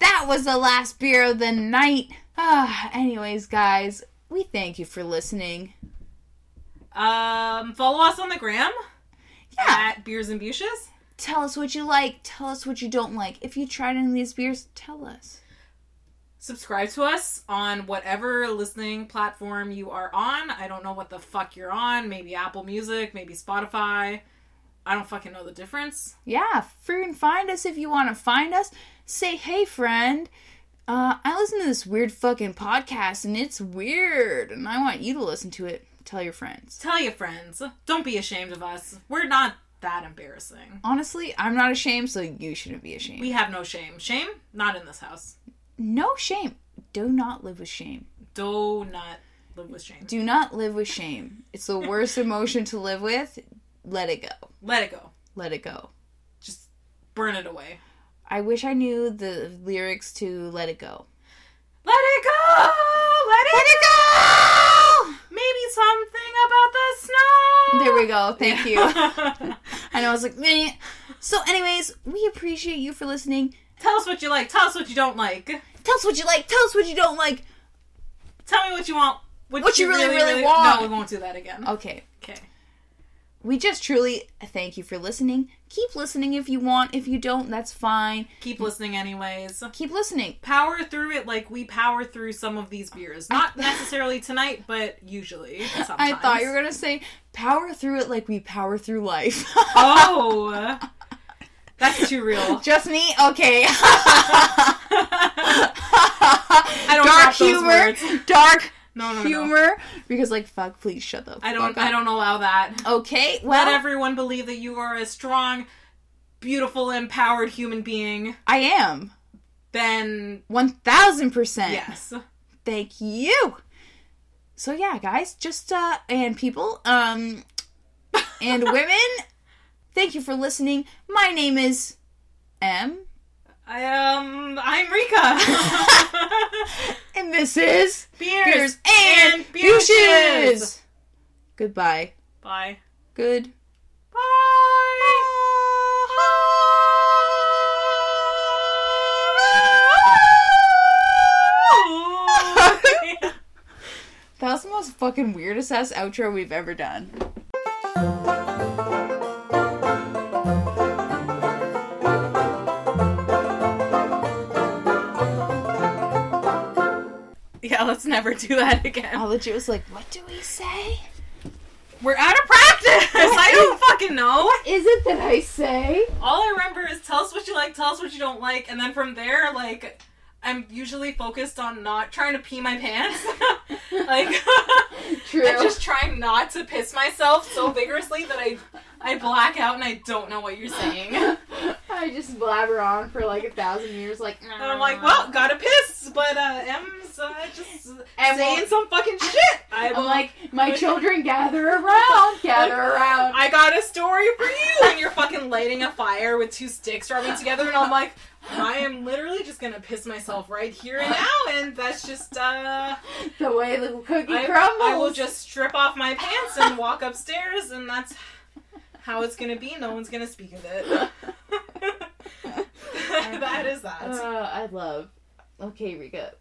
A: that was the last beer of the night. Ah, anyways, guys, we thank you for listening.
B: Um, follow us on the gram
A: Yeah.
B: at Beers and Bushes.
A: Tell us what you like. Tell us what you don't like. If you tried any of these beers, tell us.
B: Subscribe to us on whatever listening platform you are on. I don't know what the fuck you're on. Maybe Apple Music, maybe Spotify. I don't fucking know the difference.
A: Yeah, freaking find us if you want to find us. Say, hey, friend. Uh, I listen to this weird fucking podcast and it's weird, and I want you to listen to it. Tell your friends.
B: Tell your friends. Don't be ashamed of us. We're not that embarrassing.
A: Honestly, I'm not ashamed, so you shouldn't be ashamed.
B: We have no shame. Shame? Not in this house.
A: no shame. Do not live with shame.
B: Do not live with shame.
A: Do not live with shame. It's the worst emotion to live with. Let it go.
B: Let it go.
A: Let it go.
B: Just burn it away.
A: I wish I knew the lyrics to Let It Go.
B: Let it go! Let it, go! Maybe something about the snow!
A: There we go. Thank you.
B: you.
A: And I was like, meh. So, anyways, we appreciate you for listening.
B: Tell us what you like. Tell us what you don't like.
A: Tell us what you like. Tell us what you don't like.
B: Tell me what you want.
A: What you really, really want.
B: No, we won't do that again.
A: Okay.
B: Okay.
A: We just truly thank you for listening. Keep listening if you want. If you don't, that's fine.
B: Keep listening, anyways.
A: Keep listening.
B: Power through it like we power through some of these beers. Not necessarily tonight, but usually. Sometimes.
A: I thought you were going to say power through it like we power through life.
B: Oh! That's too real.
A: Just me? Okay.
B: I don't
A: dark
B: drop those
A: humor.
B: words.
A: Dark
B: No, no, no.
A: humor. Because like fuck, please shut the
B: I don't.
A: fuck up.
B: I don't allow that.
A: Okay, well
B: Let everyone believe that you are a strong, beautiful, empowered human being.
A: I am.
B: Then
A: One thousand percent.
B: yes,
A: Thank you. So yeah, guys, just uh and people, um and women, thank you for listening. My name is M
B: I um, I'm Rika.
A: and this is Beers
B: Beers,
A: and Bushes. Goodbye.
B: Bye.
A: Good.
B: Bye.
A: That was the most fucking weirdest ass outro we've ever done.
B: yeah, let's never do that again.
A: I legit was like, what do we say?
B: We're out of practice. I don't fucking know.
A: Is it that I say?
B: All I remember is tell us what you like, tell us what you don't like, and then from there, like, I'm usually focused on not trying to pee my pants. like,
A: True.
B: I'm just trying not to piss myself so vigorously that I I black out and I don't know what you're saying. And
A: I just blabber on for like a thousand years, like. And
B: I'm like, well, gotta piss, but uh, M's uh, just
A: And
B: saying
A: well-
B: some fucking shit. I'm,
A: I'm like, my children gather around, gather around.
B: I got a story for you, and you're fucking lighting a fire with two sticks rubbing together, and I'm like, I am literally just gonna piss myself right here and now, and that's just uh,
A: The way the cookie
B: I,
A: crumbles.
B: I will just strip off my pants and walk upstairs, and that's how it's gonna be. No one's gonna speak of it. that is that.
A: Uh, I love. Okay, Rika,